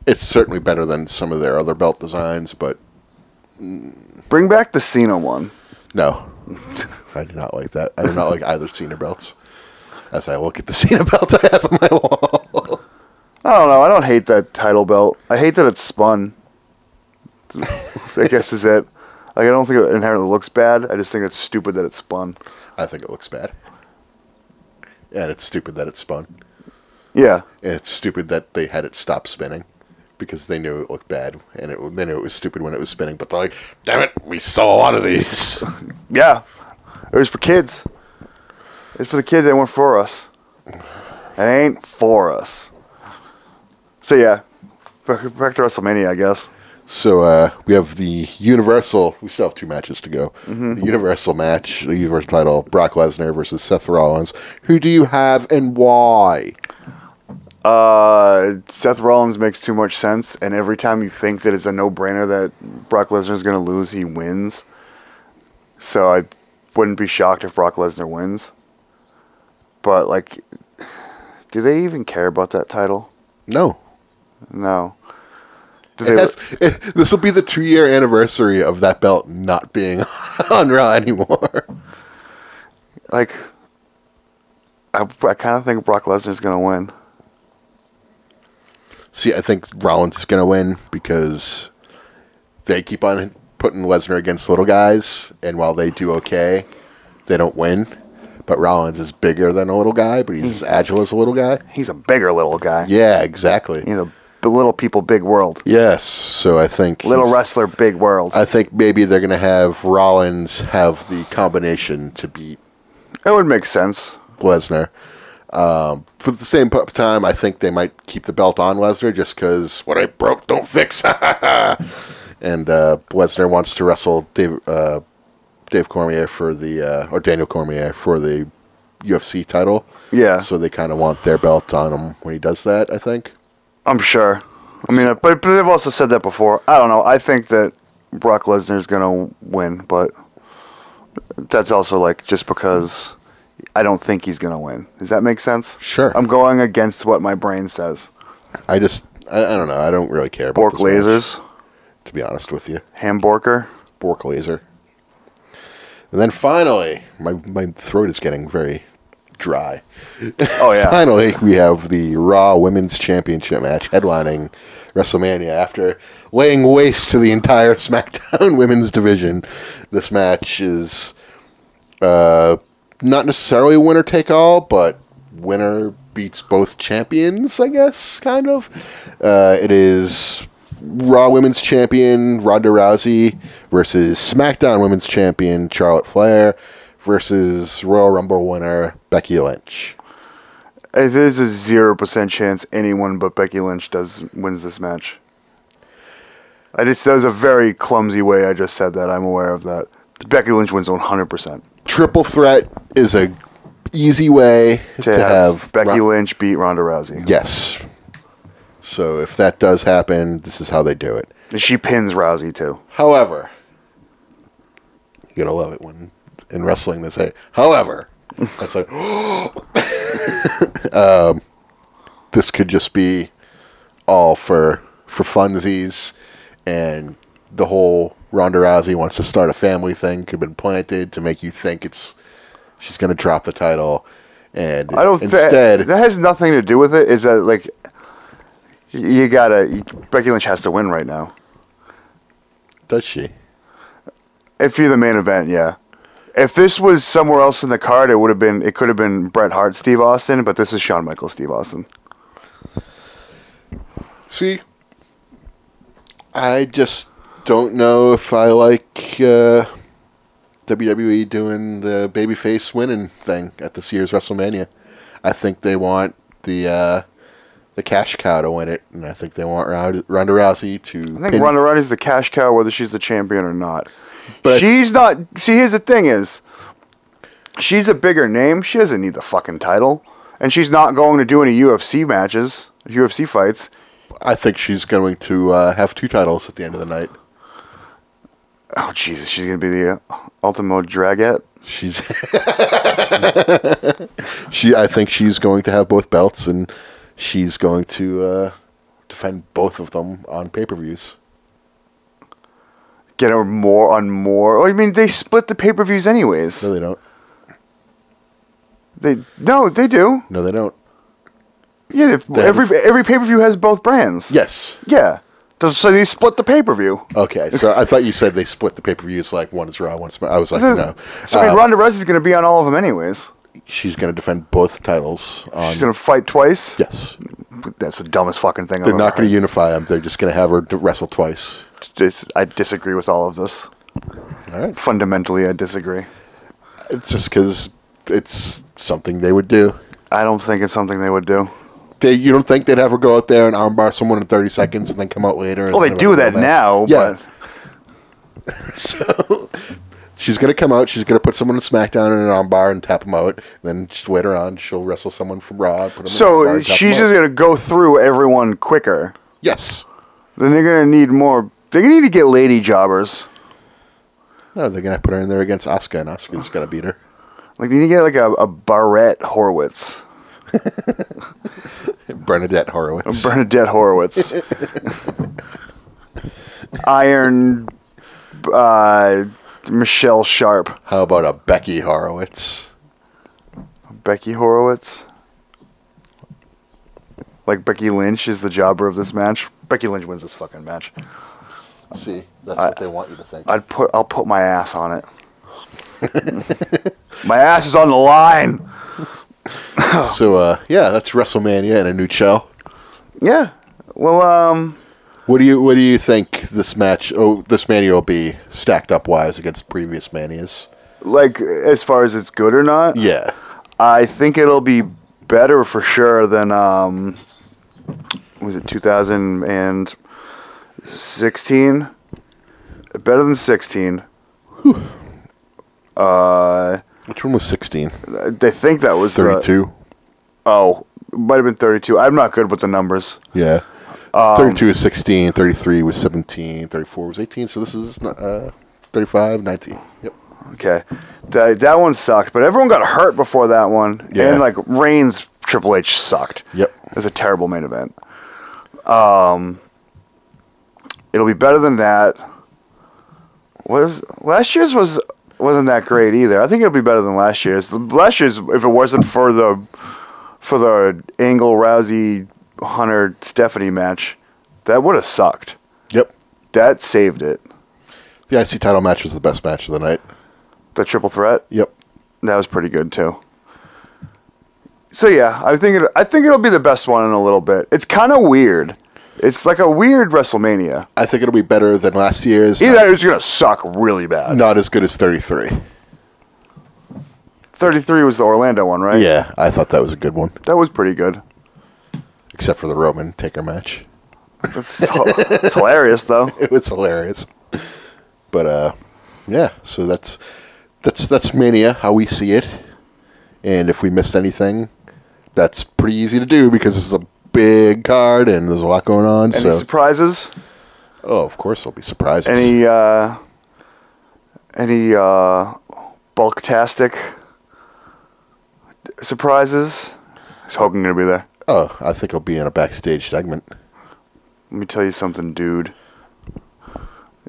Speaker 2: it's certainly better than some of their other belt designs, but
Speaker 1: Bring back the Cena one.
Speaker 2: no, I do not like that. I do not like either Cena belts. As I look at the Cena belt I have on my wall,
Speaker 1: I don't know. I don't hate that title belt. I hate that it's spun. I guess is it. Like I don't think it inherently looks bad. I just think it's stupid that it's spun.
Speaker 2: I think it looks bad. And it's stupid that it spun.
Speaker 1: Yeah,
Speaker 2: And it's stupid that they had it stop spinning because they knew it looked bad, and it, they knew it was stupid when it was spinning. But they're like, "Damn it, we saw a lot of these."
Speaker 1: yeah. It was for kids. It was for the kids. They weren't for us. It ain't for us. So yeah, back, back to WrestleMania, I guess.
Speaker 2: So uh, we have the Universal. We still have two matches to go. The Universal match, the Universal title: Brock Lesnar versus Seth Rollins. Who do you have and why?
Speaker 1: Uh, Seth Rollins makes too much sense, and every time you think that it's a no-brainer that Brock Lesnar is going to lose, he wins. So I wouldn't be shocked if Brock Lesnar wins. But like, do they even care about that title?
Speaker 2: No,
Speaker 1: No. Do
Speaker 2: It
Speaker 1: they,
Speaker 2: has- it- eh, this will be the two-year anniversary of that belt not being on Raw anymore.
Speaker 1: like, I, I kind of think Brock Lesnar's going to win.
Speaker 2: See, I think Rollins is going to win because they keep on putting Lesnar against little guys, and while they do okay, they don't win. But Rollins is bigger than a little guy, but he's as agile as a little guy.
Speaker 1: He's a bigger little guy.
Speaker 2: Yeah, exactly.
Speaker 1: He's a b- little people, big world.
Speaker 2: Yes, so I think
Speaker 1: Little
Speaker 2: he's-
Speaker 1: wrestler, big world.
Speaker 2: I think maybe they're going to have Rollins have the combination to beat
Speaker 1: It would make sense.
Speaker 2: Lesnar. Um, but at the same pu- time, I think they might keep the belt on Lesnar just because what I broke, don't fix. and uh, Lesnar wants to wrestle Dave, uh, Dave Cormier for the, uh, or Daniel Cormier for the UFC title.
Speaker 1: Yeah.
Speaker 2: So they kind of want their belt on him when he does that, I think.
Speaker 1: I'm sure. I mean, uh, but, but they've also said that before. I don't know. I think that Brock Lesnar's going to win, but that's also like just because I don't think he's going to win. Does that make sense?
Speaker 2: Sure.
Speaker 1: I'm going against what my brain says.
Speaker 2: I just, I, I don't know. I don't really care about
Speaker 1: Bork
Speaker 2: this match,
Speaker 1: lasers,
Speaker 2: to be honest with you.
Speaker 1: ham borker.
Speaker 2: Bork laser. And then finally, my, my throat is getting very dry.
Speaker 1: Oh, yeah.
Speaker 2: Finally, we have the Raw Women's Championship match headlining WrestleMania after laying waste to the entire SmackDown Women's division. This match is uh, not necessarily winner take all, but winner beats both champions, I guess, kind of. Uh, it is Raw Women's Champion Ronda Rousey versus SmackDown Women's Champion Charlotte Flair versus Royal Rumble winner Becky Lynch.
Speaker 1: Uh, There's a 0% chance anyone but Becky Lynch does wins this match. I just, that was a very clumsy way I just said that. I'm aware of that. Becky Lynch wins 100%.
Speaker 2: triple threat is a easy way
Speaker 1: to, have, Becky Lynch beat Ronda Rousey.
Speaker 2: Yes. So if that does happen, this is how they do it.
Speaker 1: And she pins Rousey too.
Speaker 2: However, you're gonna love it when in wrestling they say, "However," that's like, um, this could just be all for for funsies, and the whole Ronda Rousey wants to start a family thing could have been planted to make you think it's she's gonna drop the title, and
Speaker 1: I don't think
Speaker 2: instead
Speaker 1: that has nothing to do with it. Is that like y- you gotta you- Becky Lynch has to win right now.
Speaker 2: does she?
Speaker 1: If you're the main event, yeah. If this was somewhere else in the card, it would have been it could have been Bret Hart, Steve Austin, but this is Shawn Michaels, Steve Austin.
Speaker 2: See, I just don't know if I like uh, WWE doing the babyface winning thing at this year's WrestleMania. I think they want the uh, the cash cow to win it, and I think they want Rou- Ronda Rousey to.
Speaker 1: I think
Speaker 2: pin-
Speaker 1: Ronda Rousey's the cash cow, whether she's the champion or not.
Speaker 2: But I-
Speaker 1: she's not. See, here's the thing: is She's a bigger name. She doesn't need the fucking title. And she's not going to do any UFC matches, UFC fights.
Speaker 2: I think she's going to uh, have two titles at the end of the night.
Speaker 1: Oh, Jesus. She's going to be the uh, Ultimo Dragette.
Speaker 2: She's she. I think she's going to have both belts, and she's going to uh, defend both of them on pay per views.
Speaker 1: Get her more on more. Oh, I mean, they split the pay per views anyways.
Speaker 2: No, they don't.
Speaker 1: They no, they do.
Speaker 2: No, they don't.
Speaker 1: Yeah, they,
Speaker 2: They
Speaker 1: every every pay per view has both brands.
Speaker 2: Yes.
Speaker 1: yeah. Does- So they split the pay per view.
Speaker 2: Okay. So I thought you said they split the pay per views like one is Raw, one's. I was like, no.
Speaker 1: So I mean,
Speaker 2: Uh,
Speaker 1: Ronda Rousey's going to be on all of them anyways.
Speaker 2: she's going to defend both titles on.
Speaker 1: She's going to fight twice.
Speaker 2: yes.
Speaker 1: That's the dumbest fucking thing.
Speaker 2: They're not going to unify them. They're just going to have her d- wrestle twice.
Speaker 1: Dis- I disagree with all of this.
Speaker 2: All right.
Speaker 1: Fundamentally, I disagree.
Speaker 2: It's just because it's something they would do.
Speaker 1: I don't think it's something they would do.
Speaker 2: They, you don't think they'd ever go out there and armbar someone in 30 seconds and then come out later? and
Speaker 1: Well, they
Speaker 2: have
Speaker 1: do
Speaker 2: another
Speaker 1: that now,
Speaker 2: match? Yeah. So she's going to come out. She's going to put someone in SmackDown in an armbar and tap them out. Then just later on, she'll wrestle someone from Raw.
Speaker 1: but
Speaker 2: Put them in an armbar
Speaker 1: so
Speaker 2: and tap
Speaker 1: she's
Speaker 2: them out.
Speaker 1: just going to go through everyone quicker.
Speaker 2: Yes.
Speaker 1: Then they're going to need more. They're going to need to get lady jobbers.
Speaker 2: No, they're going to put her in there against Asuka, and Asuka's going to beat her.
Speaker 1: Like they need to get like a, a Barrett Horowitz,
Speaker 2: Bernadette Horowitz.
Speaker 1: Bernadette Horowitz, Iron uh, Michelle Sharp,
Speaker 2: How about a Becky Horowitz?
Speaker 1: Becky Horowitz. Like Becky Lynch is the jobber of this match. Becky Lynch wins this fucking match.
Speaker 2: See, that's
Speaker 1: I-
Speaker 2: what they want you to think.
Speaker 1: I'd put I'll put my ass on it. my ass is on the line.
Speaker 2: so, uh, yeah, that's WrestleMania in a new shell.
Speaker 1: Yeah. Well, um,
Speaker 2: What do you What do you think this match? Oh, this mania will be stacked up wise against previous manias.
Speaker 1: like as far as it's good or not,
Speaker 2: Yeah,
Speaker 1: I think it'll be better for sure than um, was it 2016? Better than 16. Uh,
Speaker 2: which one was sixteen?
Speaker 1: they think that
Speaker 2: uh,
Speaker 1: was the-
Speaker 2: Thirty-two.
Speaker 1: oh, might have been 32. I'm not good with the numbers.
Speaker 2: Yeah, thirty-two is sixteen. Thirty-three was seventeen. Thirty-four was eighteen. So this is uh, 35, 19. Yep.
Speaker 1: Okay, that that one sucked, but everyone got hurt before that one,
Speaker 2: Yeah.
Speaker 1: and like Reigns Triple H sucked.
Speaker 2: Yep.
Speaker 1: it was a terrible main event. Um, it'll be better than that. Was last year's was wasn't that great either. I think it'll be better than last year's. Last year's, if it wasn't for the for the Angle Rousey Hunter Stephanie match, that would have sucked.
Speaker 2: Yep.
Speaker 1: That saved it.
Speaker 2: The IC title match was the best match of the night.
Speaker 1: The triple threat.
Speaker 2: Yep.
Speaker 1: That was pretty good too. So yeah, I think it, I think it'll be the best one in a little bit. It's kind of weird. It's like a weird WrestleMania.
Speaker 2: I think it'll be better than last year's.
Speaker 1: Either
Speaker 2: Not,
Speaker 1: that or it's gonna suck really bad.
Speaker 2: not as good as thirty-three.
Speaker 1: Thirty three was the Orlando one, right?
Speaker 2: Yeah, I thought that was a good one,
Speaker 1: that was pretty good.
Speaker 2: except for the Roman Taker match.
Speaker 1: It's, still- it's hilarious though.
Speaker 2: it was hilarious. But uh, yeah, so that's that's that's Mania how we see it, and if we missed anything, that's pretty easy to do because it's a big card and there's a lot going on.
Speaker 1: Any
Speaker 2: so
Speaker 1: surprises?
Speaker 2: oh, of course there'll be surprises.
Speaker 1: Any uh, any uh, bulktastic surprises? Is Hogan gonna be there?
Speaker 2: oh, I think it'll be in a backstage segment.
Speaker 1: Let me tell you something, dude.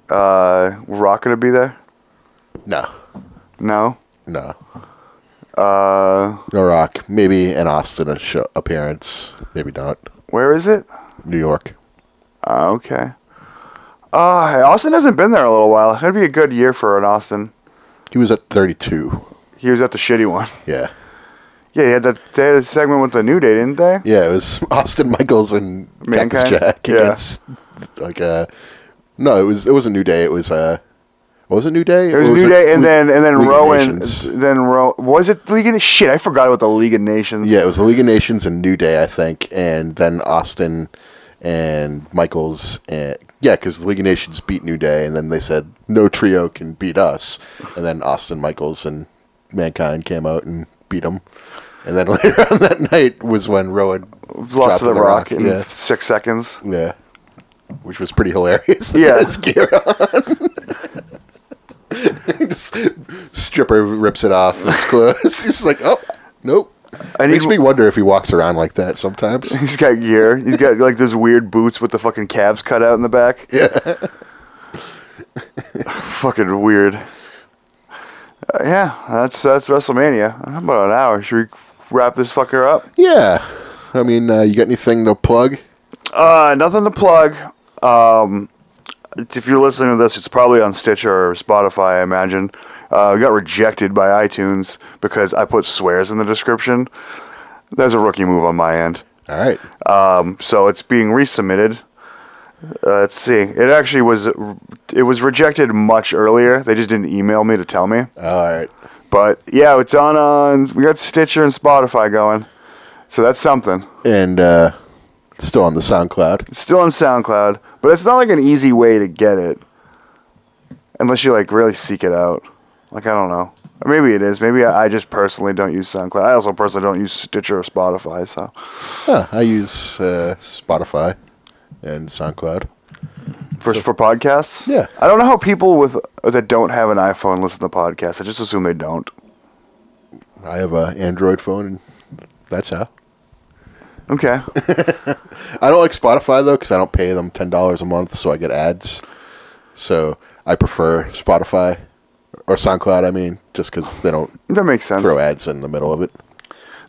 Speaker 1: Uh, Rock gonna be there?
Speaker 2: No,
Speaker 1: No.
Speaker 2: no,
Speaker 1: Uh,
Speaker 2: no rock. Maybe an Austin show appearance. Maybe not.
Speaker 1: where is it?
Speaker 2: New York.
Speaker 1: Uh, okay. Uh, Austin hasn't been there in a little while. It'd be a good year for an Austin.
Speaker 2: He was at 32.
Speaker 1: He was at the shitty one.
Speaker 2: Yeah.
Speaker 1: Yeah, he had that. They had a segment with the New Day, didn't they?
Speaker 2: Yeah, it was Austin Michaels and Cactus
Speaker 1: Mankind?
Speaker 2: Jack
Speaker 1: Yeah.
Speaker 2: against like uh no, it was it was a New Day. It was uh was it New Day?
Speaker 1: It was New Day, and then and then
Speaker 2: League of
Speaker 1: Rowan,
Speaker 2: Nations.
Speaker 1: then Row. Was it League of Nations? Shit, I forgot about the League of Nations.
Speaker 2: Yeah, it was the League of Nations and New Day, I think, and then Austin and Michaels and yeah, because the League of Nations beat New Day, and then they said no trio can beat us, and then Austin Michaels and Mankind came out and beat him. And then later on that night was when Rowan
Speaker 1: Lost to the, rock, in
Speaker 2: Yeah,
Speaker 1: six seconds.
Speaker 2: yeah, which was pretty hilarious.
Speaker 1: Yeah.
Speaker 2: his gear on. Just stripper rips it off his clothes. He's like, oh, nope.
Speaker 1: And
Speaker 2: Makes
Speaker 1: he-
Speaker 2: me wonder if he walks around like that sometimes.
Speaker 1: He's got gear. He's got like those weird boots with the fucking calves cut out in the back.
Speaker 2: yeah,
Speaker 1: Fucking weird. Uh, yeah, that's that's WrestleMania. How About an hour. Should we wrap this fucker up?
Speaker 2: yeah. I mean, uh, you got anything to plug?
Speaker 1: Uh, nothing to plug. Um, if you're listening to this, it's probably on Stitcher or Spotify, I imagine. Uh, we got rejected by iTunes because I put swears in the description. That's a rookie move on my end.
Speaker 2: All right.
Speaker 1: Um, so it's being resubmitted. Uh, let's see. It actually was it was rejected much earlier. They just didn't email me to tell me.
Speaker 2: All right.
Speaker 1: But yeah, it's on on we got Stitcher and Spotify going. So that's something.
Speaker 2: And uh, still on the SoundCloud.
Speaker 1: It's still on SoundCloud, but it's not like an easy way to get it unless you like really seek it out. Like I don't know. Or maybe it is. Maybe I, I just personally don't use SoundCloud. I also personally don't use Stitcher or Spotify, so
Speaker 2: Huh, I use uh, Spotify and SoundCloud.
Speaker 1: for for podcasts.
Speaker 2: Yeah.
Speaker 1: I don't know how people with that don't have an iPhone listen to podcasts. I just assume they don't.
Speaker 2: I have a Android phone, and that's how.
Speaker 1: Okay.
Speaker 2: I don't like Spotify though because I don't pay them ten dollars a month, so I get ads. So I prefer Spotify or SoundCloud. I mean, just because they don't
Speaker 1: that makes sense.
Speaker 2: throw ads in the middle of it.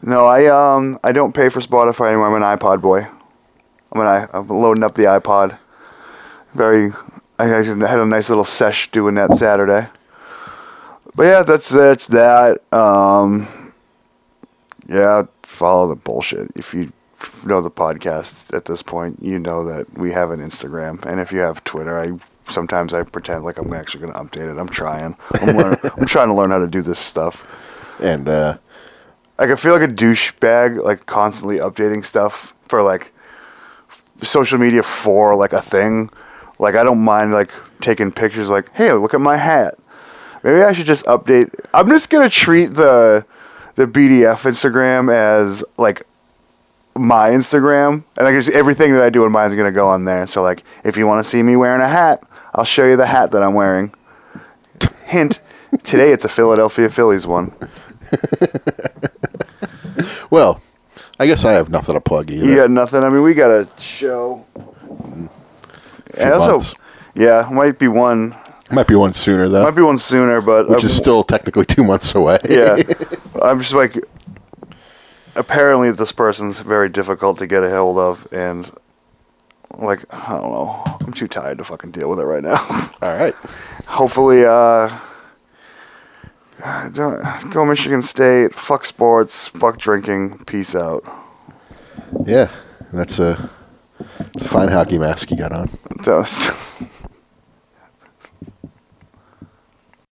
Speaker 1: No, I um I don't pay for Spotify anymore. I'm an iPod boy. I'm an i I'm loading up the iPod. Very, I actually had a nice little sesh doing that Saturday. But yeah, that's that's that. Um, yeah, follow the bullshit. If you know the podcast at this point, you know that we have an Instagram, and if you have Twitter, I sometimes I pretend like I'm actually going to update it. I'm trying. I'm, learn, I'm trying to learn how to do this stuff.
Speaker 2: And uh,
Speaker 1: Like I feel like a douchebag, like constantly updating stuff for like social media for like a thing. Like I don't mind like taking pictures. Like hey, look at my hat. Maybe I should just update. I'm just gonna treat the the BDF Instagram as like my Instagram, and like just everything that I do in mine is gonna go on there. So like if you want to see me wearing a hat, I'll show you the hat that I'm wearing. Hint: Today it's a Philadelphia Phillies one.
Speaker 2: well, I guess I have nothing to plug either.
Speaker 1: You got nothing. I mean, we got a show. And
Speaker 2: months.
Speaker 1: yeah, might be one,
Speaker 2: Might be one sooner though,
Speaker 1: might be one sooner, but uh,
Speaker 2: which is still technically two months away.
Speaker 1: yeah. I'm just like, apparently this person's very difficult to get a hold of, and like I don't know, I'm too tired to fucking deal with it right now.
Speaker 2: All right.
Speaker 1: Hopefully, uh. I don't- Go Michigan State. Fuck sports. Fuck drinking. Peace out.
Speaker 2: Yeah, that's a, it's a fine hockey mask you got on.
Speaker 1: That was-